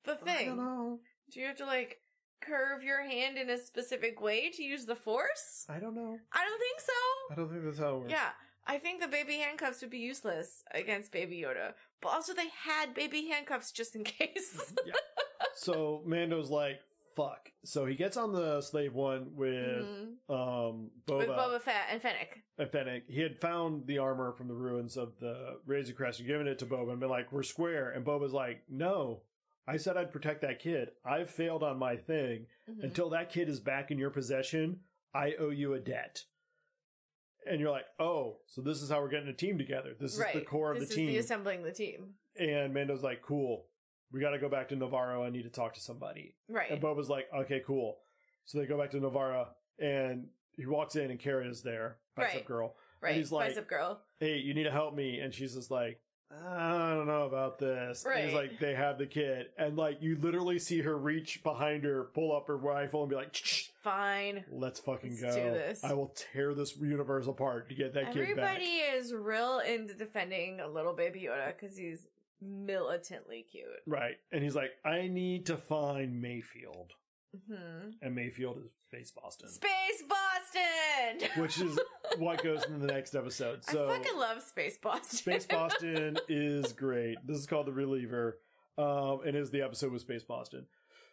the
I
thing.
don't know.
Do you have to like curve your hand in a specific way to use the force?
I don't know.
I don't think
I
so.
don't think that's how it works.
Yeah, I think the baby handcuffs would be useless against Baby Yoda. But also, they had baby handcuffs just in case.
So Mando's like, fuck. So he gets on the slave one with
Mhm.
um Boba,
With Boba Fett and Fennec.
and Fennec. He had found the armor from the ruins of the Razor Crest and given it to Boba and been like, We're square and Boba's like, No. I said I'd protect that kid. I've failed on my thing.
Mhm.
Until that kid is back in your possession, I owe you a debt. And you're like, oh, so this is how we're getting a team together. This is the core of
This
the
is
team.
the assembling the team.
and Mando's like, cool. We got to go back to Navarro. I need to talk to somebody.
Right.
And Boba's like, okay, cool. So they go back to Navarra, and he walks in, and Kara is there, bicep
Right.
girl.
right.
he's like-
Bicep girl.
Hey, you need to help me. And she's just like, "Ah, I don't know about this. And he's
Right.
like, they have the kid. And like, you literally see her reach behind her, pull up her rifle, and be like, "Shh,
Fine.
let's fucking
Let's
go.
do this."
I will tear this universe apart to get that kid back.
Everybody is real into defending little baby Yoda because he's militantly cute.
Right. And he's like, I need to find Mayfield.
hmm
And Mayfield is face Boston,
Space Boston.
which is what goes into the next episode. So
I fucking love Space Boston.
Space Boston is great. This is called The Reliever, um, and is the episode with Space Boston.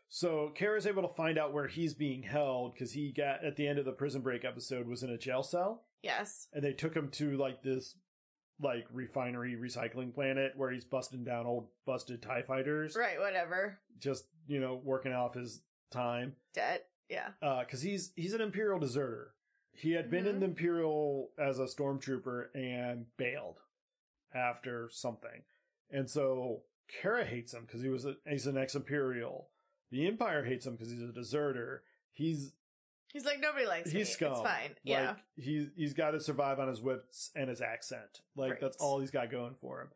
So Kara's able to find out where he's being held because he got at the end of the prison break episode was in a jail cell,
yes.
and they took him to like this like refinery recycling planet where he's busting down old busted Tie fighters,
Right. Whatever.
just you know working off his time
Debt. Yeah.
because Uh, he's he's an Imperial deserter. He had been in
Mhm.
the Imperial as a stormtrooper and bailed after something, and so Kara hates him because he was a, he's an ex-Imperial. The Empire hates him because he's a deserter. He's
He's like nobody likes me.
he's scum.
It's fine. yeah.
like, he's he's got to survive on his whips and his accent. Like
Right.
that's all he's got going for him.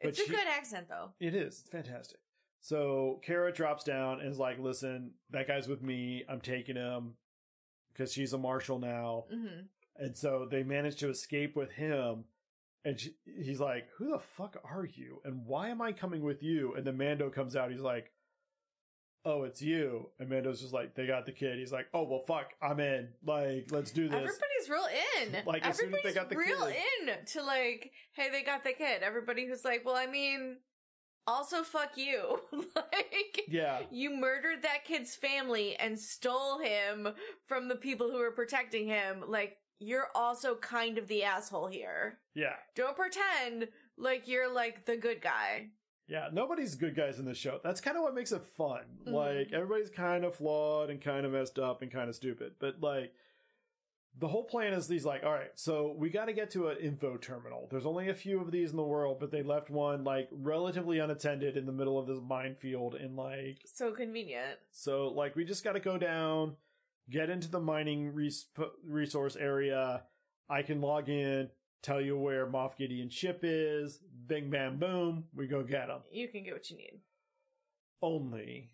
but
It's a
she-
good accent though.
It is. It's fantastic. So Kara drops down and is like, "Listen, that guy's with me. I'm taking him." Because she's a marshal now.
hmm
And so they manage to escape with him. And she, he's like, Who the fuck are you? And why am I coming with you? And then Mando comes out. He's like, Oh, it's you. And Mando's just like, They got the kid. He's like, Oh, well, fuck, I'm in. Like, let's do this.
Everybody's real in.
Like, as soon as
Everybody's
they got the
real
kid.
in to like, hey, they got the kid. Everybody who's like, well, I mean, also fuck you. like,
yeah.
You murdered that kid's family and stole him from the people who were protecting him. Like, you're also kind of the asshole here.
Yeah.
Don't pretend like you're like the good guy.
Yeah. Nobody's good guys in this show. That's kind of what makes it fun.
Mhm.
Like, everybody's kind of flawed and kind of messed up and kind of stupid. But, like, the whole plan is these like all right so we got to get to an info terminal there's only a few of these in the world but they left one like relatively unattended in the middle of this minefield and like
So convenient.
so like we just got to go down get into the mining res- resource area i can log in tell you where moff gideon's ship is bing bam boom we go get them
You can get what you need.
only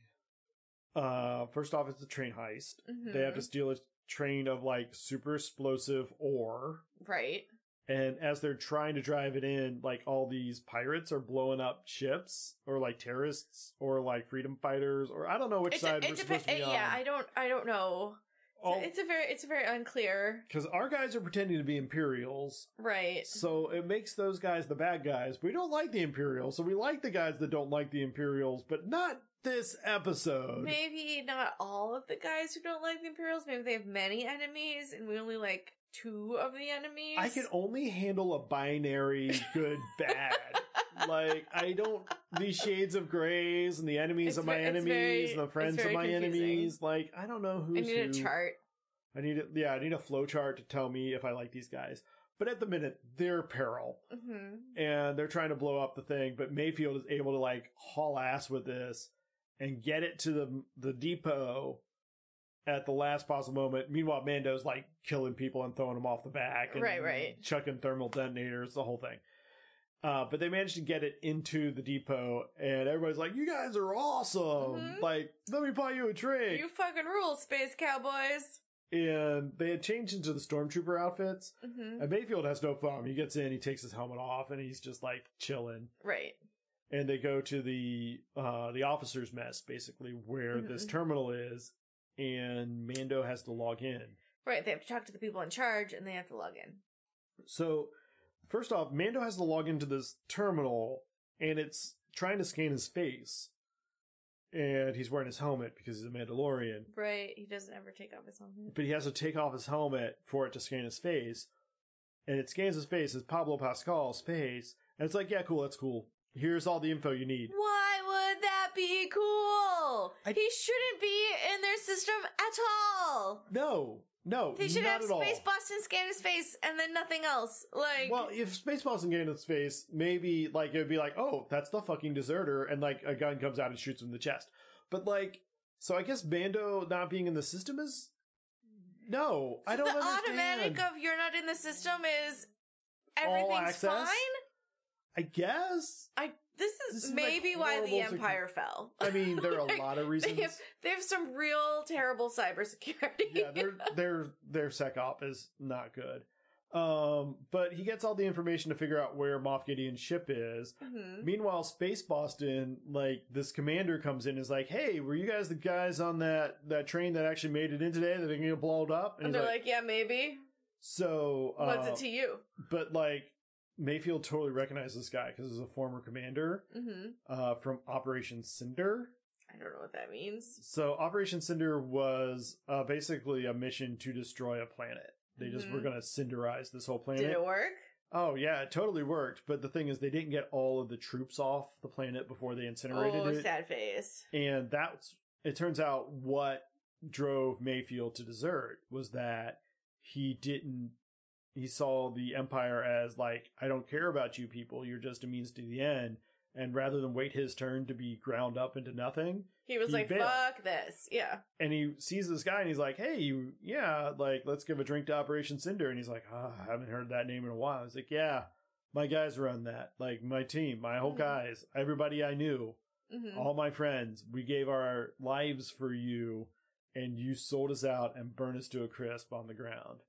uh first off it's a train heist
Mhm.
they have to steal a train of like super explosive ore
Right.
and as they're trying to drive it in, like all these pirates are blowing up ships, or like terrorists, or like freedom fighters, or I don't know which
It de-
side
it
we're
depe-
supposed to be
uh,
on. Oh.
Yeah, I don't. I don't know.
All-
It's a very. It's very unclear.
because our guys are pretending to be Imperials,
Right.
so it makes those guys the bad guys. We don't like the Imperials, so we like the guys that don't like the Imperials, but not this episode.
Maybe not all of the guys who don't like the Imperials. Maybe they have many enemies, and we only like two of the enemies.
I can only handle a binary good bad. like I don't the shades of grays and the enemies
It's
of my
ve- it's
enemies
very-
and the
it's
friends of
very
my
confusing.
enemies. Like I don't know who's
I need a
who.
chart.
I need a, yeah, I need a flow chart to tell me if I like these guys. But at the minute, they're peril
hmm
and they're trying to blow up the thing, but Mayfield is able to like haul ass with this and get it to the the depot at the last possible moment. Meanwhile, Mando's like killing people and throwing them off the back, and
Right, right.
chucking thermal detonators, the whole thing. Uh, but they managed to get it into the depot, and everybody's like, "You guys are awesome!
Mhm.
Like, let me buy you a drink."
You fucking rule, space cowboys.
And they had changed into the stormtrooper outfits.
hmm
And Mayfield has no problem. He gets in, he takes his helmet off, and he's just like chilling
Right.
and they go to the uh the officers mess basically where this
Mhm.
terminal is and mando has to log in
Right. They have to talk to the people in charge and they have to log in.
so first off mando has to log into this terminal and it's trying to scan his face and he's wearing his helmet because he's a mandalorian
Right. He doesn't ever take off his helmet.
but he has to take off his helmet for it to scan his face and it scans his face as pablo pascal's face and it's like yeah cool that's cool here's all the info you need
Why would that be cool?
I-
he shouldn't be in their system at all.
no no
They should
not
have
at all.
Space Boston scan his face and then nothing else. Like,
Well, if Spaceballs and Gandalf's face, maybe like it would be like, oh, that's the fucking deserter, and like a gun comes out and shoots him in the chest. But like, so I guess Bando not being in the system is no, I don't
the
understand.
automatic of you're not in the system is
All
everything's
access?
fine.
I guess.
I this is
This is, like,
maybe why the
horrible secu-
empire fell.
I mean, there are a
Like,
lot of
They
reasons.
have, they have some real terrible cybersecurity.
yeah, their their their secop is not good. Um, but he gets all the information to figure out where Moff Gideon's ship is,
Mhm.
Meanwhile, Space Boston, like this commander comes in and is like, "Hey, were you guys the guys on that that train that actually made it in today that didn't get blown up?"
And
he's
they're like, yeah, maybe.
"So, uh,
What's it to you?
but like Mayfield totally recognizes this guy because he's a former commander
hmm
uh, from Operation Cinder.
I don't know what that means.
So Operation Cinder was uh, basically a mission to destroy a planet. They just were
Mhm.
going to cinderize this whole planet.
Did it work?
Oh yeah, it totally worked. But the thing is, they didn't get all of the troops off the planet before they incinerated
Oh,
it.
sad face.
And that's, it turns out, what drove Mayfield to desert was that he didn't, he saw the Empire as like, I don't care about you people, you're just a means to the end. And rather than wait his turn to be ground up into nothing,
He was
He
like,
bailed.
fuck this. Yeah.
and he sees this guy and he's like, hey, you, yeah, like, let's give a drink to Operation Cinder. And he's like, ah, I haven't heard that name in a while. He's like, yeah, my guys run that. Like, my team, my whole
Mhm.
guys, everybody I knew
hmm
all my friends, we gave our lives for you, and you sold us out and burned us to a crisp on the ground.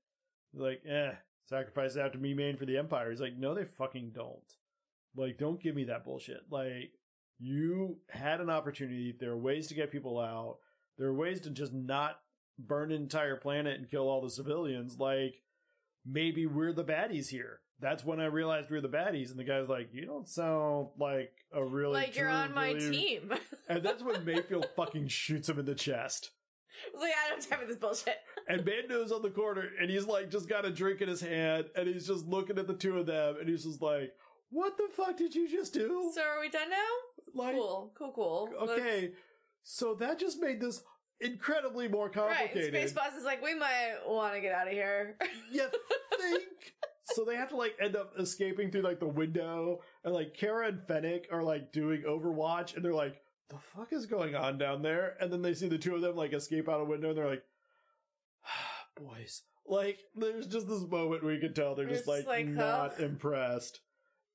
He's like, eh, sacrifice after me, man, for the empire. He's like, no, they fucking don't. Like, don't give me that bullshit. Like, you had an opportunity. There are ways to get people out. There are ways to just not burn an entire planet and kill all the civilians. Like, maybe we're the baddies here. That's when I realized we were the baddies, and the guy's like, "You don't sound like a really
like, you're
true
on my
believer."
team. It's
And that's when Mayfield fucking shoots him in the chest.
like, I don't have time for this bullshit.
And Bando's on the corner and he's like just got a drink in his hand and he's just looking at the two of them and he's just like, What the fuck did you just do?
So are we done now?
like
cool, cool, cool. Let's-
okay. So that just made this incredibly more
Right.
complicated.
Space Boss is like, we might want to get out of here.
you think? so they have to like end up escaping through like the window and like Kara and Fennec are like doing Overwatch and they're like, the fuck is going on down there? And then they see the two of them like escape out a window and they're like, boys. Like, there's just this moment where you can tell they're
It's
just like,
like,
not
huh?
impressed.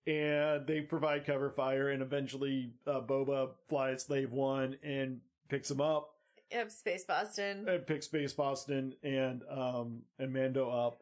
And they provide cover fire and eventually uh, Boba flies Slave One and picks him up
yep, Space Boston.
and picks Space Boston and um and Mando up,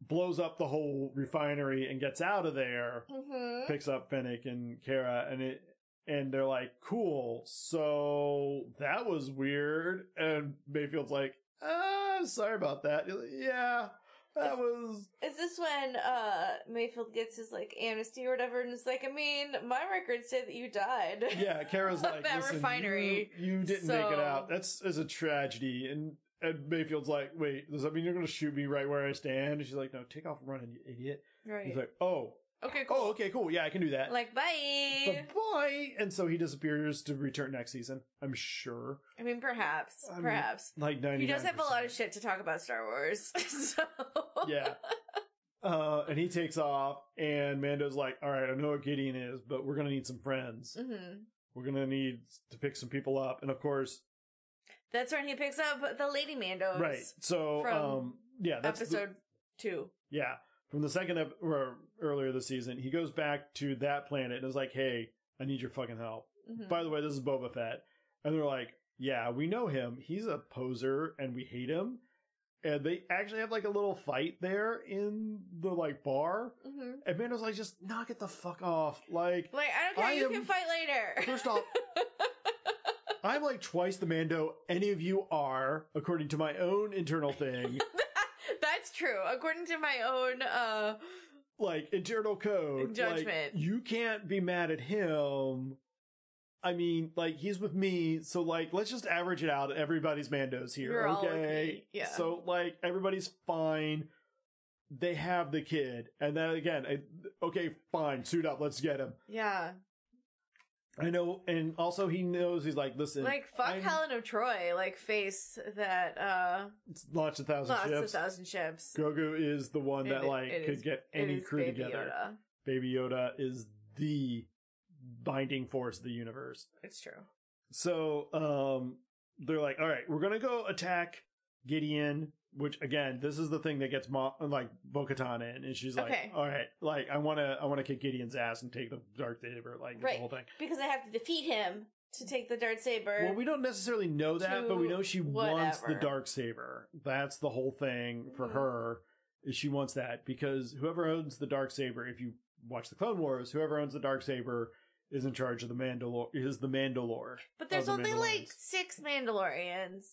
blows up the whole refinery and gets out of there.
hmm
Picks up Fennec and Kara and it and they're like, "Cool, so that was weird." And Mayfield's like, "Ah, sorry about that." He's like, yeah, that was
Is this when uh Mayfield gets his like amnesty or whatever and it's like, I mean, my records say that you died.
yeah." Kara's like,
That
"Listen,
refinery.
you, you didn't make it
So-
out. That's is a tragedy." And And Mayfield's like, wait, does that mean you're going to shoot me right where I stand? And she's like, no, take off running, you idiot.
Right.
He's like, oh,
okay, cool.
oh, okay, cool. Yeah, I can do that.
Like, bye.
Bye. And so he disappears to return next season, I'm sure.
I mean, perhaps.
I mean,
perhaps.
Like 99
He does have a lot of shit to talk about Star Wars. so.
yeah. Uh, and he takes off, and Mando's like, all right, I know what Gideon is, but we're going to need some friends.
hmm
We're going to need to pick some people up. And of course,
That's when he picks up the Lady Mandos.
right. So,
from
um, yeah, that's the-
Episode two.
yeah. From the second ep- or earlier this season, he goes back to that planet and is like, hey, I need your fucking help.
Mhm.
By the way, this is Boba Fett. And they're like, yeah, we know him. He's a poser and we hate him. And they actually have like a little fight there in the like bar.
Mhm.
And Mando's like, just knock it the fuck off. Like,
Like, I don't care.
I
you
am-
can fight later.
first off, I'm like twice the Mando any of you are, according to my own internal thing,
That's true. According to my own, uh,
like internal code. Like,
Judgment.
you can't be mad at him. I mean, like, he's with me, so like, let's just average it out. Everybody's Mando's here,
You're
okay?
all with me, yeah.
So, like, everybody's fine. They have the kid. And then again, I, okay, fine, suit up, let's get him.
yeah.
I know, and also he knows he's like, listen,
Like, fuck
I'm-
Helen of Troy. Like, face that, uh,
it's launched a thousand
lost
ships.
a thousand ships.
Grogu is the one that
It-
like
it
could
is-
get
It
any
is
crew
Baby
together.
Yoda.
Baby Yoda is the binding force of the universe.
It's true.
So um they're like, all right, we're gonna go attack Gideon, which again, this is the thing that gets Mo- like Bo Katan in, and she's like,
Okay.
all right, like I wanna I wanna kick Gideon's ass and take the dark saber, like
Right.
the whole thing.
Because I have to defeat him to take the dart saber.
Well, we don't necessarily know that, but we know she wants the
whatever.
dark saber. That's the whole thing for
Mhm.
her. Is she wants that because whoever owns the dark saber, if you watch the Clone Wars, whoever owns the dark saber is in charge of the Mandalore. Is the Mandalore?
but there's
of the
only like
Mandalorians.
six Mandalorians.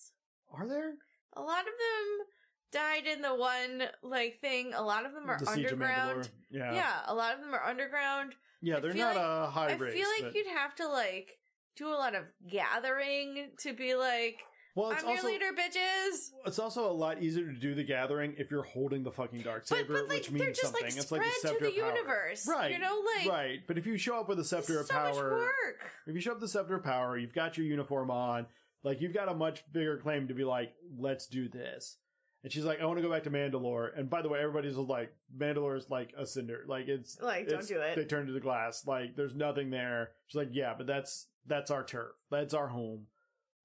Are there?
A lot of them died in the one like thing. A lot of them are
the siege of
underground.
Mandalore. Yeah,
Yeah.
yeah,
a lot of them are underground. I
they're
feel
not
like-
a high
I
race.
feel like
but-
you'd have to like do a lot of gathering to be like,
well,
I'm
it's also
your leader, bitches.
it's also a lot easier to do the gathering if you're holding the fucking dark saber,
but but like
which means
they're just
something.
like
it's
spread
like the
to
scepter
the
of power.
universe,
Right,
You know, like
right. But if you show up with a
it's
scepter of
so
power,
much work.
If you show up the scepter of power, you've got your uniform on, like you've got a much bigger claim to be like, let's do this. And she's like, I want to go back to Mandalore. And by the way, everybody's like, Mandalore is like a cinder. Like it's
Like, don't
it's-
do it.
They turn to the glass. Like there's nothing there. She's like, yeah, but that's that's our turf. That's our home.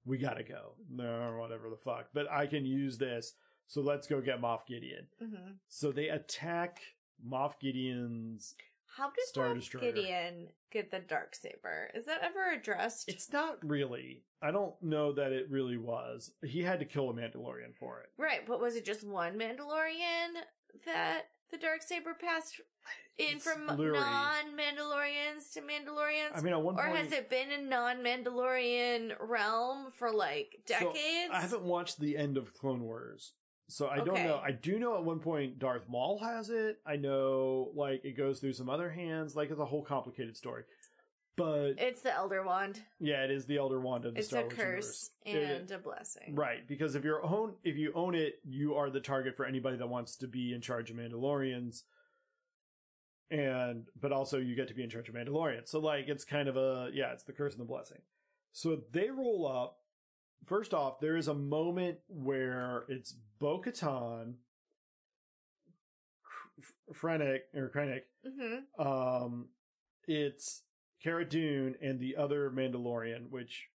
We gotta go. No, whatever the fuck. But I can use this. So let's go get Moff Gideon.
hmm
So they attack Moff Gideon's.
How did
Star
Moff
Destroyer.
Gideon get the dark saber? Is that ever addressed?
It's not really. I don't know that it really was. He had to kill a Mandalorian for it.
right, but was it just one Mandalorian that the dark saber passed in
It's
from
blurry.
non-Mandalorians to Mandalorians?
I mean, at one
or
point,
has it been a non-Mandalorian realm for like
So,
decades?
I haven't watched the end of Clone Wars, so I don't
Okay.
know. I do know at one point Darth Maul has it. I know, like it goes through some other hands. Like it's a whole complicated story. But
It's the Elder Wand.
yeah, it is the Elder Wand of the
It's
Star
a
Wars
curse
universe. It-
and a blessing.
Right, because if you own if you own it, you are the target for anybody that wants to be in charge of Mandalorians. And but also you get to be in charge of Mandalorians. So like it's kind of a yeah, it's the curse and the blessing. So they roll up. First off, there is a moment where it's Bo Katan, Krennic, or Krennic,
hmm
um, it's Cara Dune and the other Mandalorian, which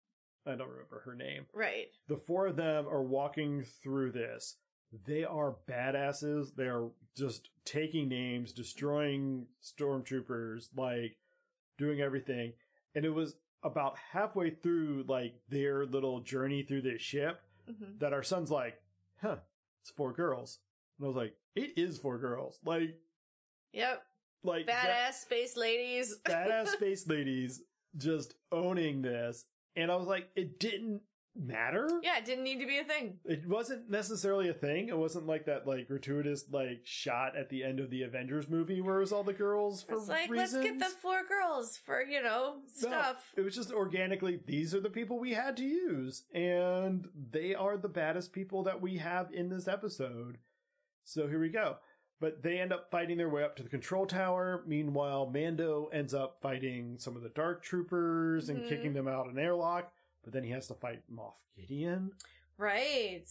I don't remember her name
Right.
the four of them are walking through this. They are badasses. They are just taking names, destroying stormtroopers, like doing everything. And it was about halfway through like their little journey through this ship
hmm
that our son's like, huh, it's four girls. And I was like, it is four girls. Like,
Yep.
like
Badass
that-
space ladies.
badass space ladies just owning this. And I was like, it didn't matter.
Yeah, it didn't need to be a thing.
It wasn't necessarily a thing. It wasn't like that like gratuitous like shot at the end of the Avengers movie where it was all the girls for
It's like
reasons.
let's get the four girls for you know
No,
stuff.
it was just organically, these are the people we had to use, and they are the baddest people that we have in this episode. So here we go. But they end up fighting their way up to the control tower. Meanwhile, Mando ends up fighting some of the dark troopers and
Mhm.
kicking them out an airlock. But then he has to fight Moff Gideon,
Right.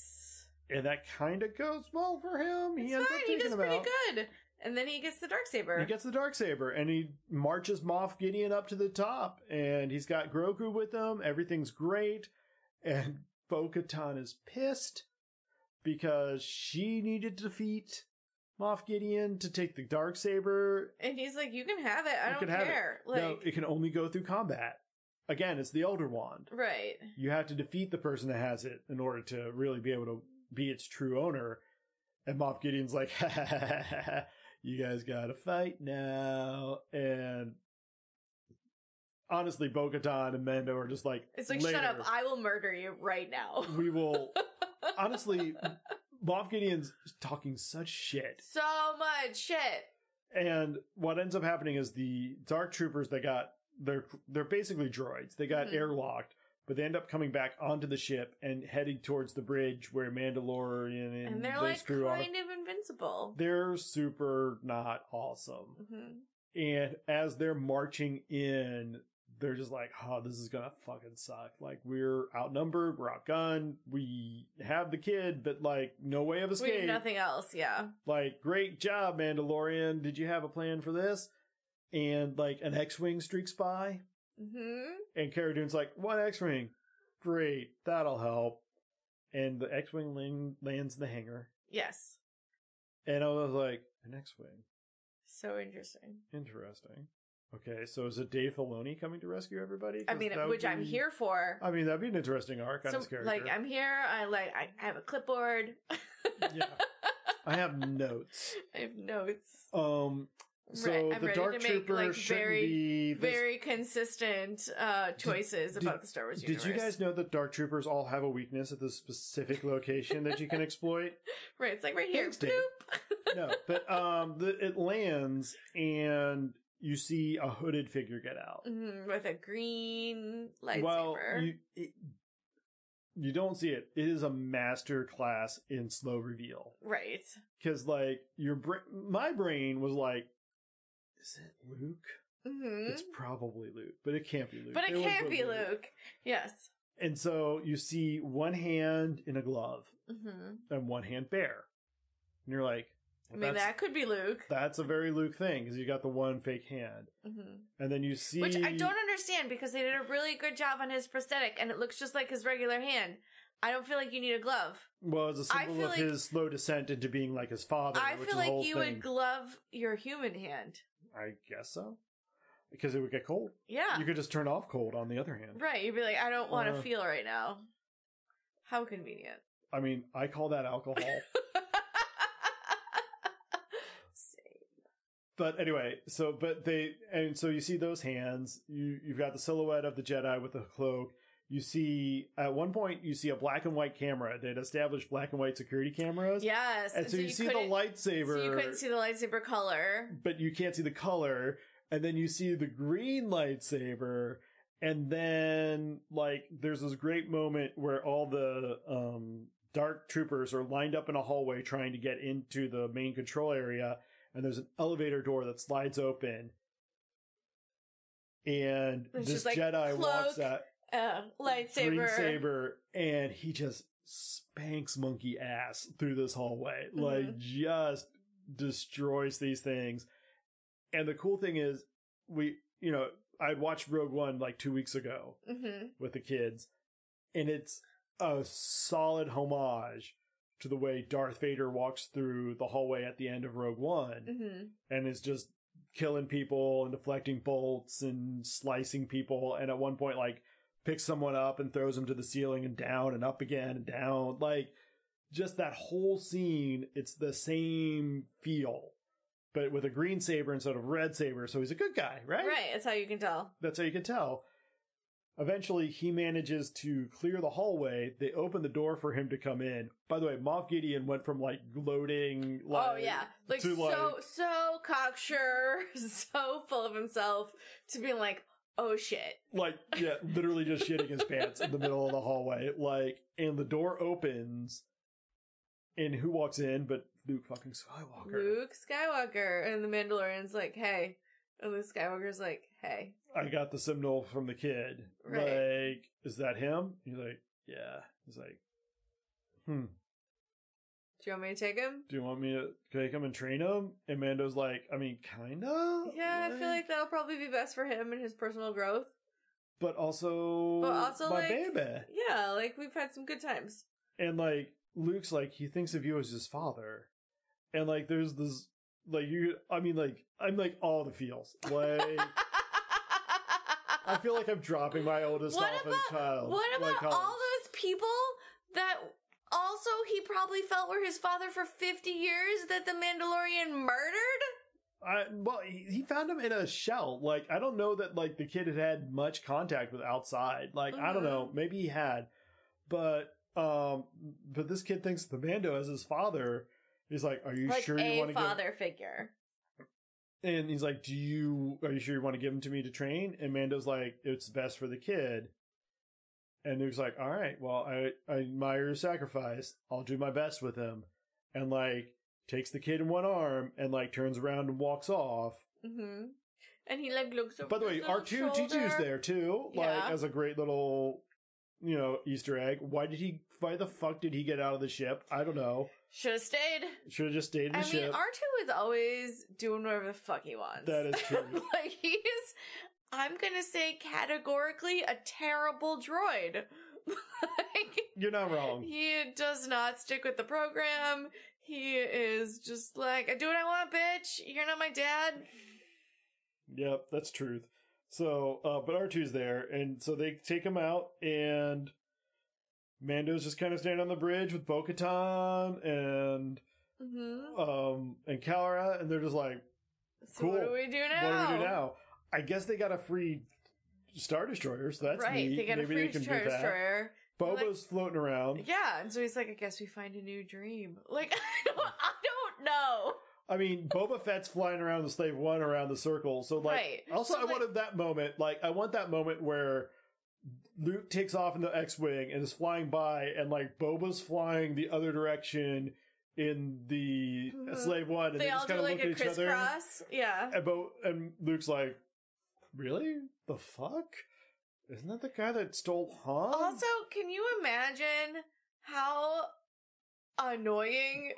and that kind of goes well for him. He
It's
ends
fine.
up
He
taking
does
him
pretty
out.
good. And then he gets the dark saber.
He gets the dark saber and he marches Moff Gideon up to the top, and he's got Grogu with him. Everything's great, and Bo-Katan is pissed because she needed to defeat Moff Gideon to take the dark saber.
and he's like, "You can have it. I
You
don't
can have it.
care." Like,
no, it can only go through combat. Again, it's the Elder Wand.
right.
You have to defeat the person that has it in order to really be able to be its true owner. And Moff Gideon's like, you guys gotta fight now. And honestly, Bo Katan and Mando are just like,
It's like, shut
"Later,
up. I will murder you right now.
we will. honestly, Moff Gideon's talking such shit.
so much shit.
And what ends up happening is the dark troopers they got they're they're basically droids. They got
Mhm.
airlocked, but they end up coming back onto the ship and heading towards the bridge where Mandalorian and,
And they're
those
like
crew are.
kind of invincible.
They're super not awesome.
Mhm.
And as they're marching in, they're just like, "Oh, this is gonna fucking suck. Like we're outnumbered, we're outgunned, we have the kid, but like no way of
We
escape."
have nothing else. Yeah.
like great job mandalorian did you have a plan for this and like an x-wing streaks by
hmm
and Cara Dune's like one x-wing great that'll help and the x-wing ling- lands in the hangar
Yes.
and i was like an x-wing
So interesting.
interesting okay so is it dave filoni coming to rescue everybody 'Cause
I mean,
that would
which I'm
be-
here for.
i mean that'd be an interesting arc on his character
like, I'm here. I like, I have a clipboard.
yeah i have notes
I have notes.
um so
Re- I'm
the
ready to
dark
make
trooper
like
shouldn't
very,
be this
very consistent uh, choices
did-
about the Star Wars universe.
Did you guys know that dark troopers all have a weakness at the specific location that you can exploit?
Right, it's like right here.
Thanks, Dave.
Bloop.
No, but um, the, it lands and you see a hooded figure get out.
Mhm, with a green lightsaber.
Well, you it, you don't see it. It is a master class in slow reveal
right.
because, like, your bra- my brain was like, "Is it Luke?
hmm
It's probably Luke, but it can't be Luke.
But it,
was
can't be
Luke.
Luke. Yes.
And so you see one hand in a glove.
hmm
and one hand bare. And you're like,
I
well,
mean,
that's,
that could be Luke.
that's a very Luke thing because you got the one fake hand.
hmm
And then you see.
Which I don't understand because they did a really good job on his prosthetic and it looks just like his regular hand. I don't feel like you need a glove.
Well, it's a
I
symbol
feel
of
like-
his slow descent into being like his father.
I
which
feel
is a
like
whole
you
thing.
would glove your human hand.
I guess so. Because it would get cold.
Yeah.
You could just turn off cold on the other hand.
Right. You'd be like, I don't want to
Uh,
feel right now. How convenient.
I mean, I call that alcohol. but anyway, so, but they, and so you see those hands. You, you've got the silhouette of the Jedi with the cloak. You see, at one point, you see a black and white camera. They'd established black and white security cameras.
yes.
And so, you, see the
couldn't-
lightsaber,
So you couldn't see the lightsaber color.
but you can't see the color. And then you see the green lightsaber, and then like there's this great moment where all the um, dark troopers are lined up in a hallway trying to get into the main control area, and there's an elevator door that slides open, and
It's
this
just, like,
Jedi walks
cloak,
out
Uh, lightsaber.
green saber, and he just spanks monkey ass through this hallway. Like just destroys these things. And the cool thing is, we you know, I watched Rogue One like two weeks ago
hmm
with the kids, and it's a solid homage to the way Darth Vader walks through the hallway at the end of Rogue One
hmm
and is just killing people and deflecting bolts and slicing people and at one point like picks someone up and throws them to the ceiling and down and up again and down like just that whole scene it's the same feel but with a green saber instead of red saber so he's a good guy right
Right. That's how you can tell.
that's how you can tell Eventually, he manages to clear the hallway. They open the door for him to come in. By the way, Moff Gideon went from like gloating, like,
oh yeah, like
to,
so so cocksure, so full of himself to being like, oh shit.
like yeah, literally just shitting his pants in the middle of the hallway. Like, and the door opens, and who walks in? But Luke fucking Skywalker.
Luke Skywalker and the Mandalorian's like, hey. And Luke Skywalker's like, hey.
I got the Simnel from the kid.
Right.
Like, is that him? He's like, yeah. He's like, hmm.
Do you want me to take him?
Do you want me to take him and train him? And Mando's like, I mean, kinda.
Yeah, I feel like that'll probably be best for him and his personal growth.
But also,
But also,
my
like-
baby.
Yeah, like we've had some good times.
And like, Luke's like, he thinks of you as his father. And like, there's this, like, you. I mean, like, I'm like all the feels. Like, I feel like I'm dropping my oldest
What
off as a
about-
child.
What
like
about
college.
all those people that also he probably felt were his father for 50 years that the Mandalorian murdered?
I, well, he, he found him in a shell. Like, I don't know that, like, the kid had had much contact with outside. Like, I don't
Uh-huh.
know. Maybe he had. But, um, but this kid thinks the Mando as his father. He's like, are you
like
sure you want
a
to give?
father figure.
And he's like, do you, are you sure you want to give him to me to train? And Mando's like, it's best for the kid. And Luke's like, all right, well, I, I admire your sacrifice. I'll do my best with him. And like, takes the kid in one arm and like turns around and walks off.
hmm And he like looks over.
By the way,
his little
R2
shoulder.
D2's there too, like
Yeah.
as a great little, you know, Easter egg. Why did he? Why the fuck did he get out of the ship? I don't know.
Should have stayed.
Should have just stayed in the
I mean,
ship.
R2 is always doing whatever the fuck he wants.
That is true.
like he's I'm gonna say categorically a terrible droid. like
You're not wrong.
He does not stick with the program. He is just like, I do what I want, bitch. You're not my dad.
Yep, that's truth. So, uh, but R2's there, and so they take him out, and Mando's just kind of standing on the bridge with Bo-Katan and
Mm-hmm.
um and Calra, and they're just like,
So what
cool.
do we do now?
what do we do now? I guess they got a free Star Destroyer, so that's
right,
neat.
they got
Maybe
a free
they can
Star
do that.
Destroyer.
Bobo's floating around.
Yeah, and so he's like, I guess we find a new dream. Like, I don't, I don't know.
I mean, Boba Fett's flying around the Slave One around the circle. So, like,
Right.
also,
So,
I
like-
wanted that moment. Like, I want that moment where Luke takes off in the X Wing and is flying by, and, like, Boba's flying the other direction in the
Mhm.
Slave One. And
they all
just
do
kind of
like
look
a
at each other.
crisscross. Yeah.
And, Bo- and Luke's like, Really? The fuck? Isn't that the guy that stole Han?
Also, can you imagine how annoying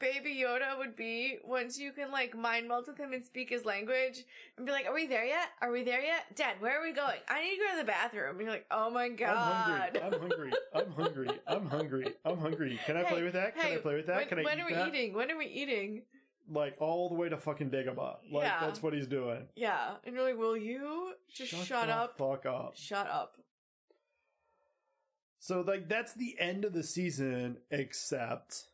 Baby Yoda would be once you can like mind melt with him and speak his language and be like, Are we there yet? Are we there yet? Dad, where are we going? I need to go to the bathroom. And you're like, Oh my god.
I'm hungry. I'm hungry. I'm hungry. I'm hungry. I'm hungry. Can I
Hey,
play with that? Can I
hey,
play with that?
when
Can I
when
eat
are we
that?
eating? When are we eating?
like all the way to fucking Dagobah. Like
Yeah.
that's what he's doing.
Yeah. And you're like, Will you just shut,
the
up?
Fuck up.
Shut up.
So like that's the end of the season, except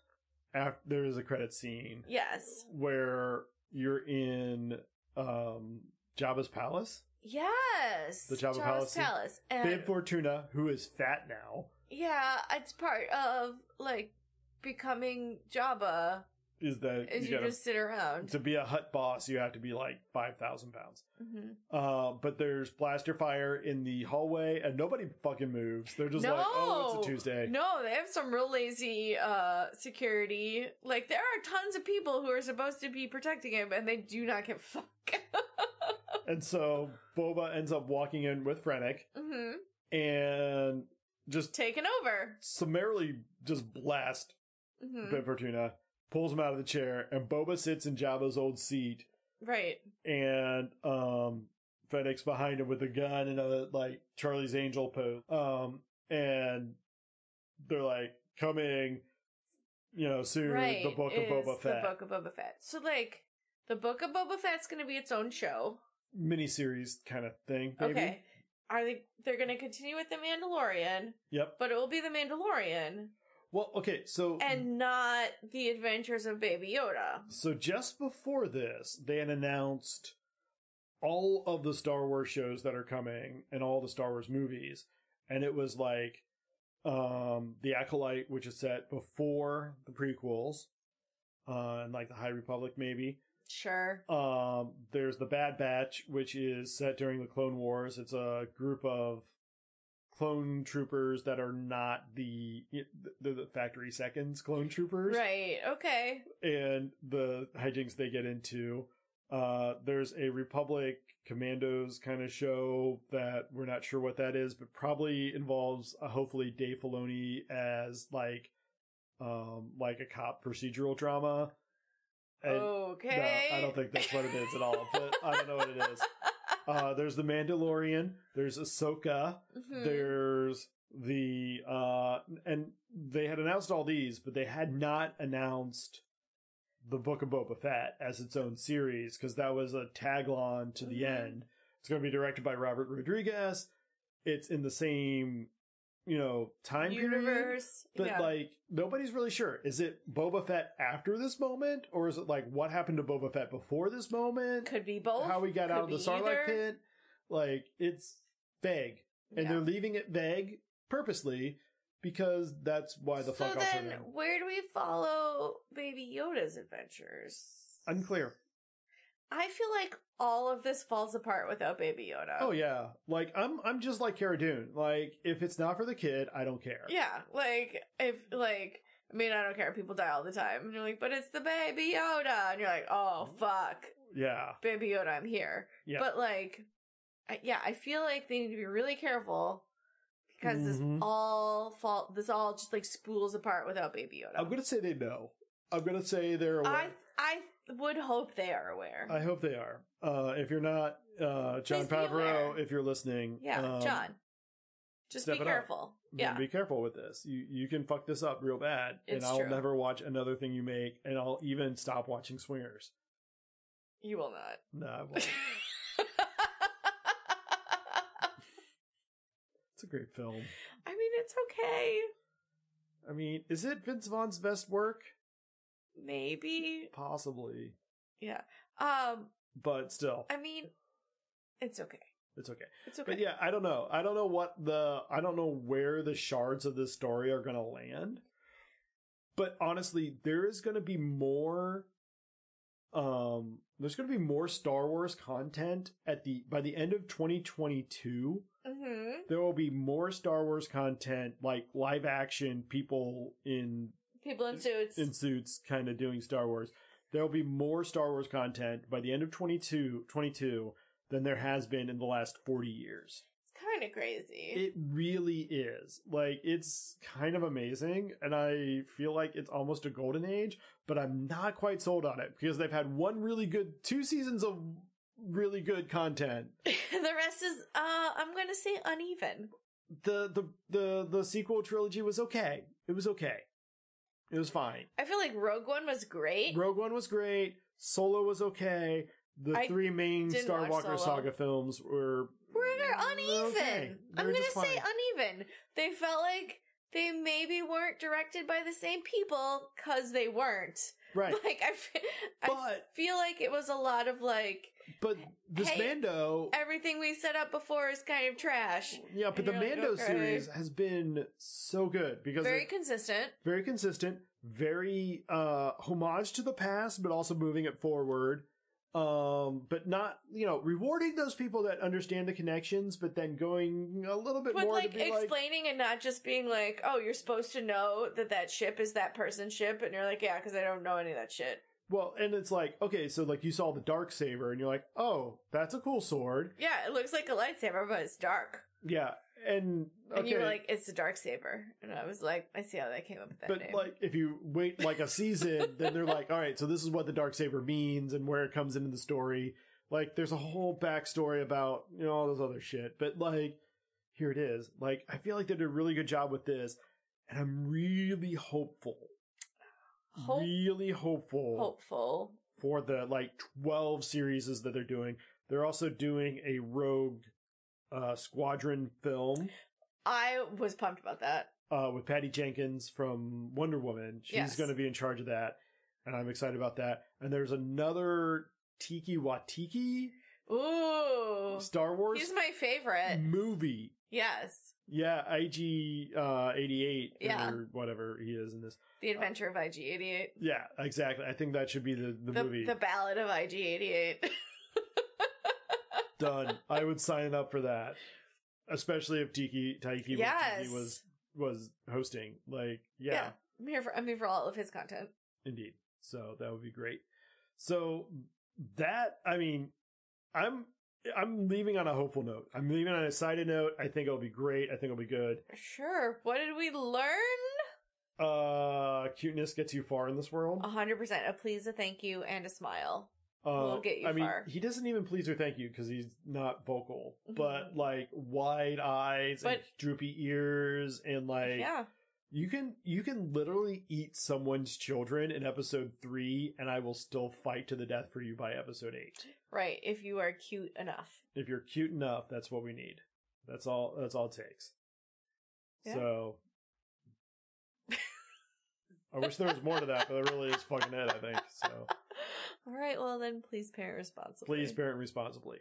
after there is a credit scene
Yes.
where you're in um Jabba's palace.
Yes.
The Jabba Palace.
Palace. And
Bib Fortuna, who is fat now,
Yeah, it's part of like becoming Jabba.
is that
Is
you
you
gotta,
just sit around.
to be a hut boss, you have to be like five thousand pounds.
hmm
Uh, but there's blaster fire in the hallway, and nobody fucking moves. They're just like, oh, it's a
No!
Tuesday.
No, they have some real lazy uh security. Like there are tons of people who are supposed to be protecting him, and they do not give a fuck.
And so Boba ends up walking in with Frennick
hmm
and just
Taken over.
summarily just blast
hmm
Ben Fortuna, pulls him out of the chair, and Boba sits in Jabba's old seat,
Right.
and um, Fennec's behind him with a gun and a like Charlie's Angel pose. Um, and they're like coming, you know, soon.
right.
The book of
is
Boba Fett
The book of Boba Fett. So like, the book of Boba Fett's going to be its own show.
miniseries kind of thing. Maybe.
Okay. Are they? They're going to continue with the Mandalorian,
Yep.
but it will be the Mandalorian.
Well, okay. So
and not the adventures of baby yoda
So just before this, they had announced all of the Star Wars shows that are coming and all the Star Wars movies, and it was like um, the Acolyte, which is set before the prequels, uh, and like the High Republic, maybe.
Sure.
Um, there's the Bad Batch, which is set during the Clone Wars. It's a group of clone troopers that are not the the, the factory seconds clone troopers
Right. Okay.
and the hijinks they get into. Uh, there's a Republic Commandos kind of show that we're not sure what that is, but probably involves uh, hopefully Dave Filoni as like, um, like a cop procedural drama. And
okay.
No, I don't think that's what it is at all, but I don't know what it is. Uh, there's the Mandalorian. There's Ahsoka.
Mhm.
There's the uh and they had announced all these, but they had not announced the Book of Boba Fett as its own series because that was a tag on to the
Mhm.
end. It's going to be directed by Robert Rodriguez. It's in the same, you know, time period.
universe.
But
yeah.
like nobody's really sure. Is it Boba Fett after this moment, or is it like what happened to Boba Fett before this moment?
could be both.
How we got
Could
out of the
be
Sarlacc
either.
pit? Like it's vague and
Yeah.
they're leaving it vague purposely because that's why
so
the fuck off
then,
they're going.
where do we follow Baby Yoda's adventures?
Unclear.
I feel like all of this falls apart without Baby Yoda.
Oh yeah, like I'm I'm just like Cara Dune. Like if it's not for the kid, I don't care.
Yeah, like if like I mean I don't care, people die all the time. And you're like, but it's the baby Yoda, and you're like, oh fuck,
yeah,
baby Yoda, I'm here.
Mm-hmm. Yeah.
But like, I, yeah, I feel like they need to be really careful because
Mhm.
this all fall this all just like spools apart without baby Yoda.
I'm gonna say they know. I'm gonna say they're
I
aware.
I would hope they are aware.
I, hope they are. Uh, if you're not, uh,
Please
John
be
Favreau,
aware.
if you're listening,
yeah,
um,
John, just
step
be
it up.
careful.
then
Yeah,
be careful with this. You you can fuck this up real bad, and
It's
I'll
true.
never watch another thing you make, and I'll even stop watching Swingers.
you will not.
No, I won't. it's a great film.
I mean, it's okay.
I mean, is it Vince Vaughn's best work?
Maybe.
Possibly.
Um,
But still,
I mean, it's okay.
it's okay.
It's okay.
But yeah, I don't know. I don't know what the I don't know where the shards of this story are going to land. But honestly, there is going to be more um there's going to be more Star Wars content at the by the end of 2022.
hmm
There will be more Star Wars content like live action people in
People in suits.
in suits kind of doing Star Wars. There'll be more Star Wars content by the end of 22, 22 than there has been in the last 40 years.
it's kind of crazy.
It really is. Like, it's kind of amazing, and I feel like it's almost a golden age, but I'm not quite sold on it because they've had one really good, two seasons of really good content.
the rest is, uh, I'm going to say uneven.
The, the, the, the sequel trilogy was okay. It was okay. It was fine.
I feel like Rogue One was great.
Rogue One was great. Solo was okay. The
I
three main
didn't
Star
watch Solo.
Walker saga films were
We're uneven.
okay. They
I'm
were
going to
just
say
fine.
uneven. They felt like they maybe weren't directed by the same people because they weren't.
right.
Like, I, f- I
But
feel like it was a lot of like,
but this
Hey,
Mando,
everything we set up before is kind of trash.
yeah, but
and
the
you're like,
Mando
okay.
series has been so good because
Very
it-
consistent.
very consistent, very uh homage to the past, but also moving it forward. Um, but not you know rewarding those people that understand the connections, but then going a little bit
But
more
like
to be like
explaining and not just being like, "Oh, you're supposed to know that that ship is that person's ship," and you're like, "Yeah, because I don't know any of that shit."
Well, and it's like, okay, so like you saw the dark saber and you're like, "Oh, that's a cool sword."
Yeah, it looks like a lightsaber, but it's dark.
Yeah. And okay.
And you were like, "It's a dark saber," and I was like, "I see how that came up with that
but
name."
like if you wait like a season, then they're like, "All right, so this is what the dark saber means and where it comes into the story." Like there's a whole backstory about, you know, all this other shit. But like here it is. Like I feel like they did a really good job with this, and I'm really hopeful.
Hope-
really hopeful.
Hopeful.
for the like 12 series that they're doing. They're also doing a Rogue uh, Squadron film
I was pumped about that.
uh, with Patty Jenkins from Wonder Woman. She's
Yes.
going to be in charge of that, and I'm excited about that. And there's another Tiki Watiki
Ooh.
Star Wars
Oh,
Mm-hmm.
He's my favorite.
movie.
Yes.
Yeah, IG uh, 88
Yeah.
or whatever he is in this.
The Adventure of IG88.
Yeah, exactly. I think that should be the, the,
The,
movie.
the Ballad of IG88.
Done. I would sign up for that. Especially if Tiki Taiki Waititi
yes.
was was hosting. Like,
yeah.
yeah.
I'm here for I'm here for all of his content.
Indeed. So that would be great. So that I mean, I'm I'm leaving on a hopeful note. I'm leaving on a excited note. I think it'll be great. I think it'll be good.
Sure. What did we learn?
Uh cuteness gets you far in this world.
hundred percent. A please, a thank you, and a smile.
Uh,
will get you
I mean,
far.
he doesn't even please or thank you because he's not vocal,
Mhm.
but like wide eyes and
But-
droopy ears and like
yeah.
you can you can literally eat someone's children in episode three, and I will still fight to the death for you by episode eight.
Right. If you are cute enough.
if you're cute enough, that's what we need. That's all. That's all it takes.
Yeah.
So, I wish there was more to that, but it really is fucking it. I think so.
All right. Well, then please parent responsibly.
Please parent responsibly.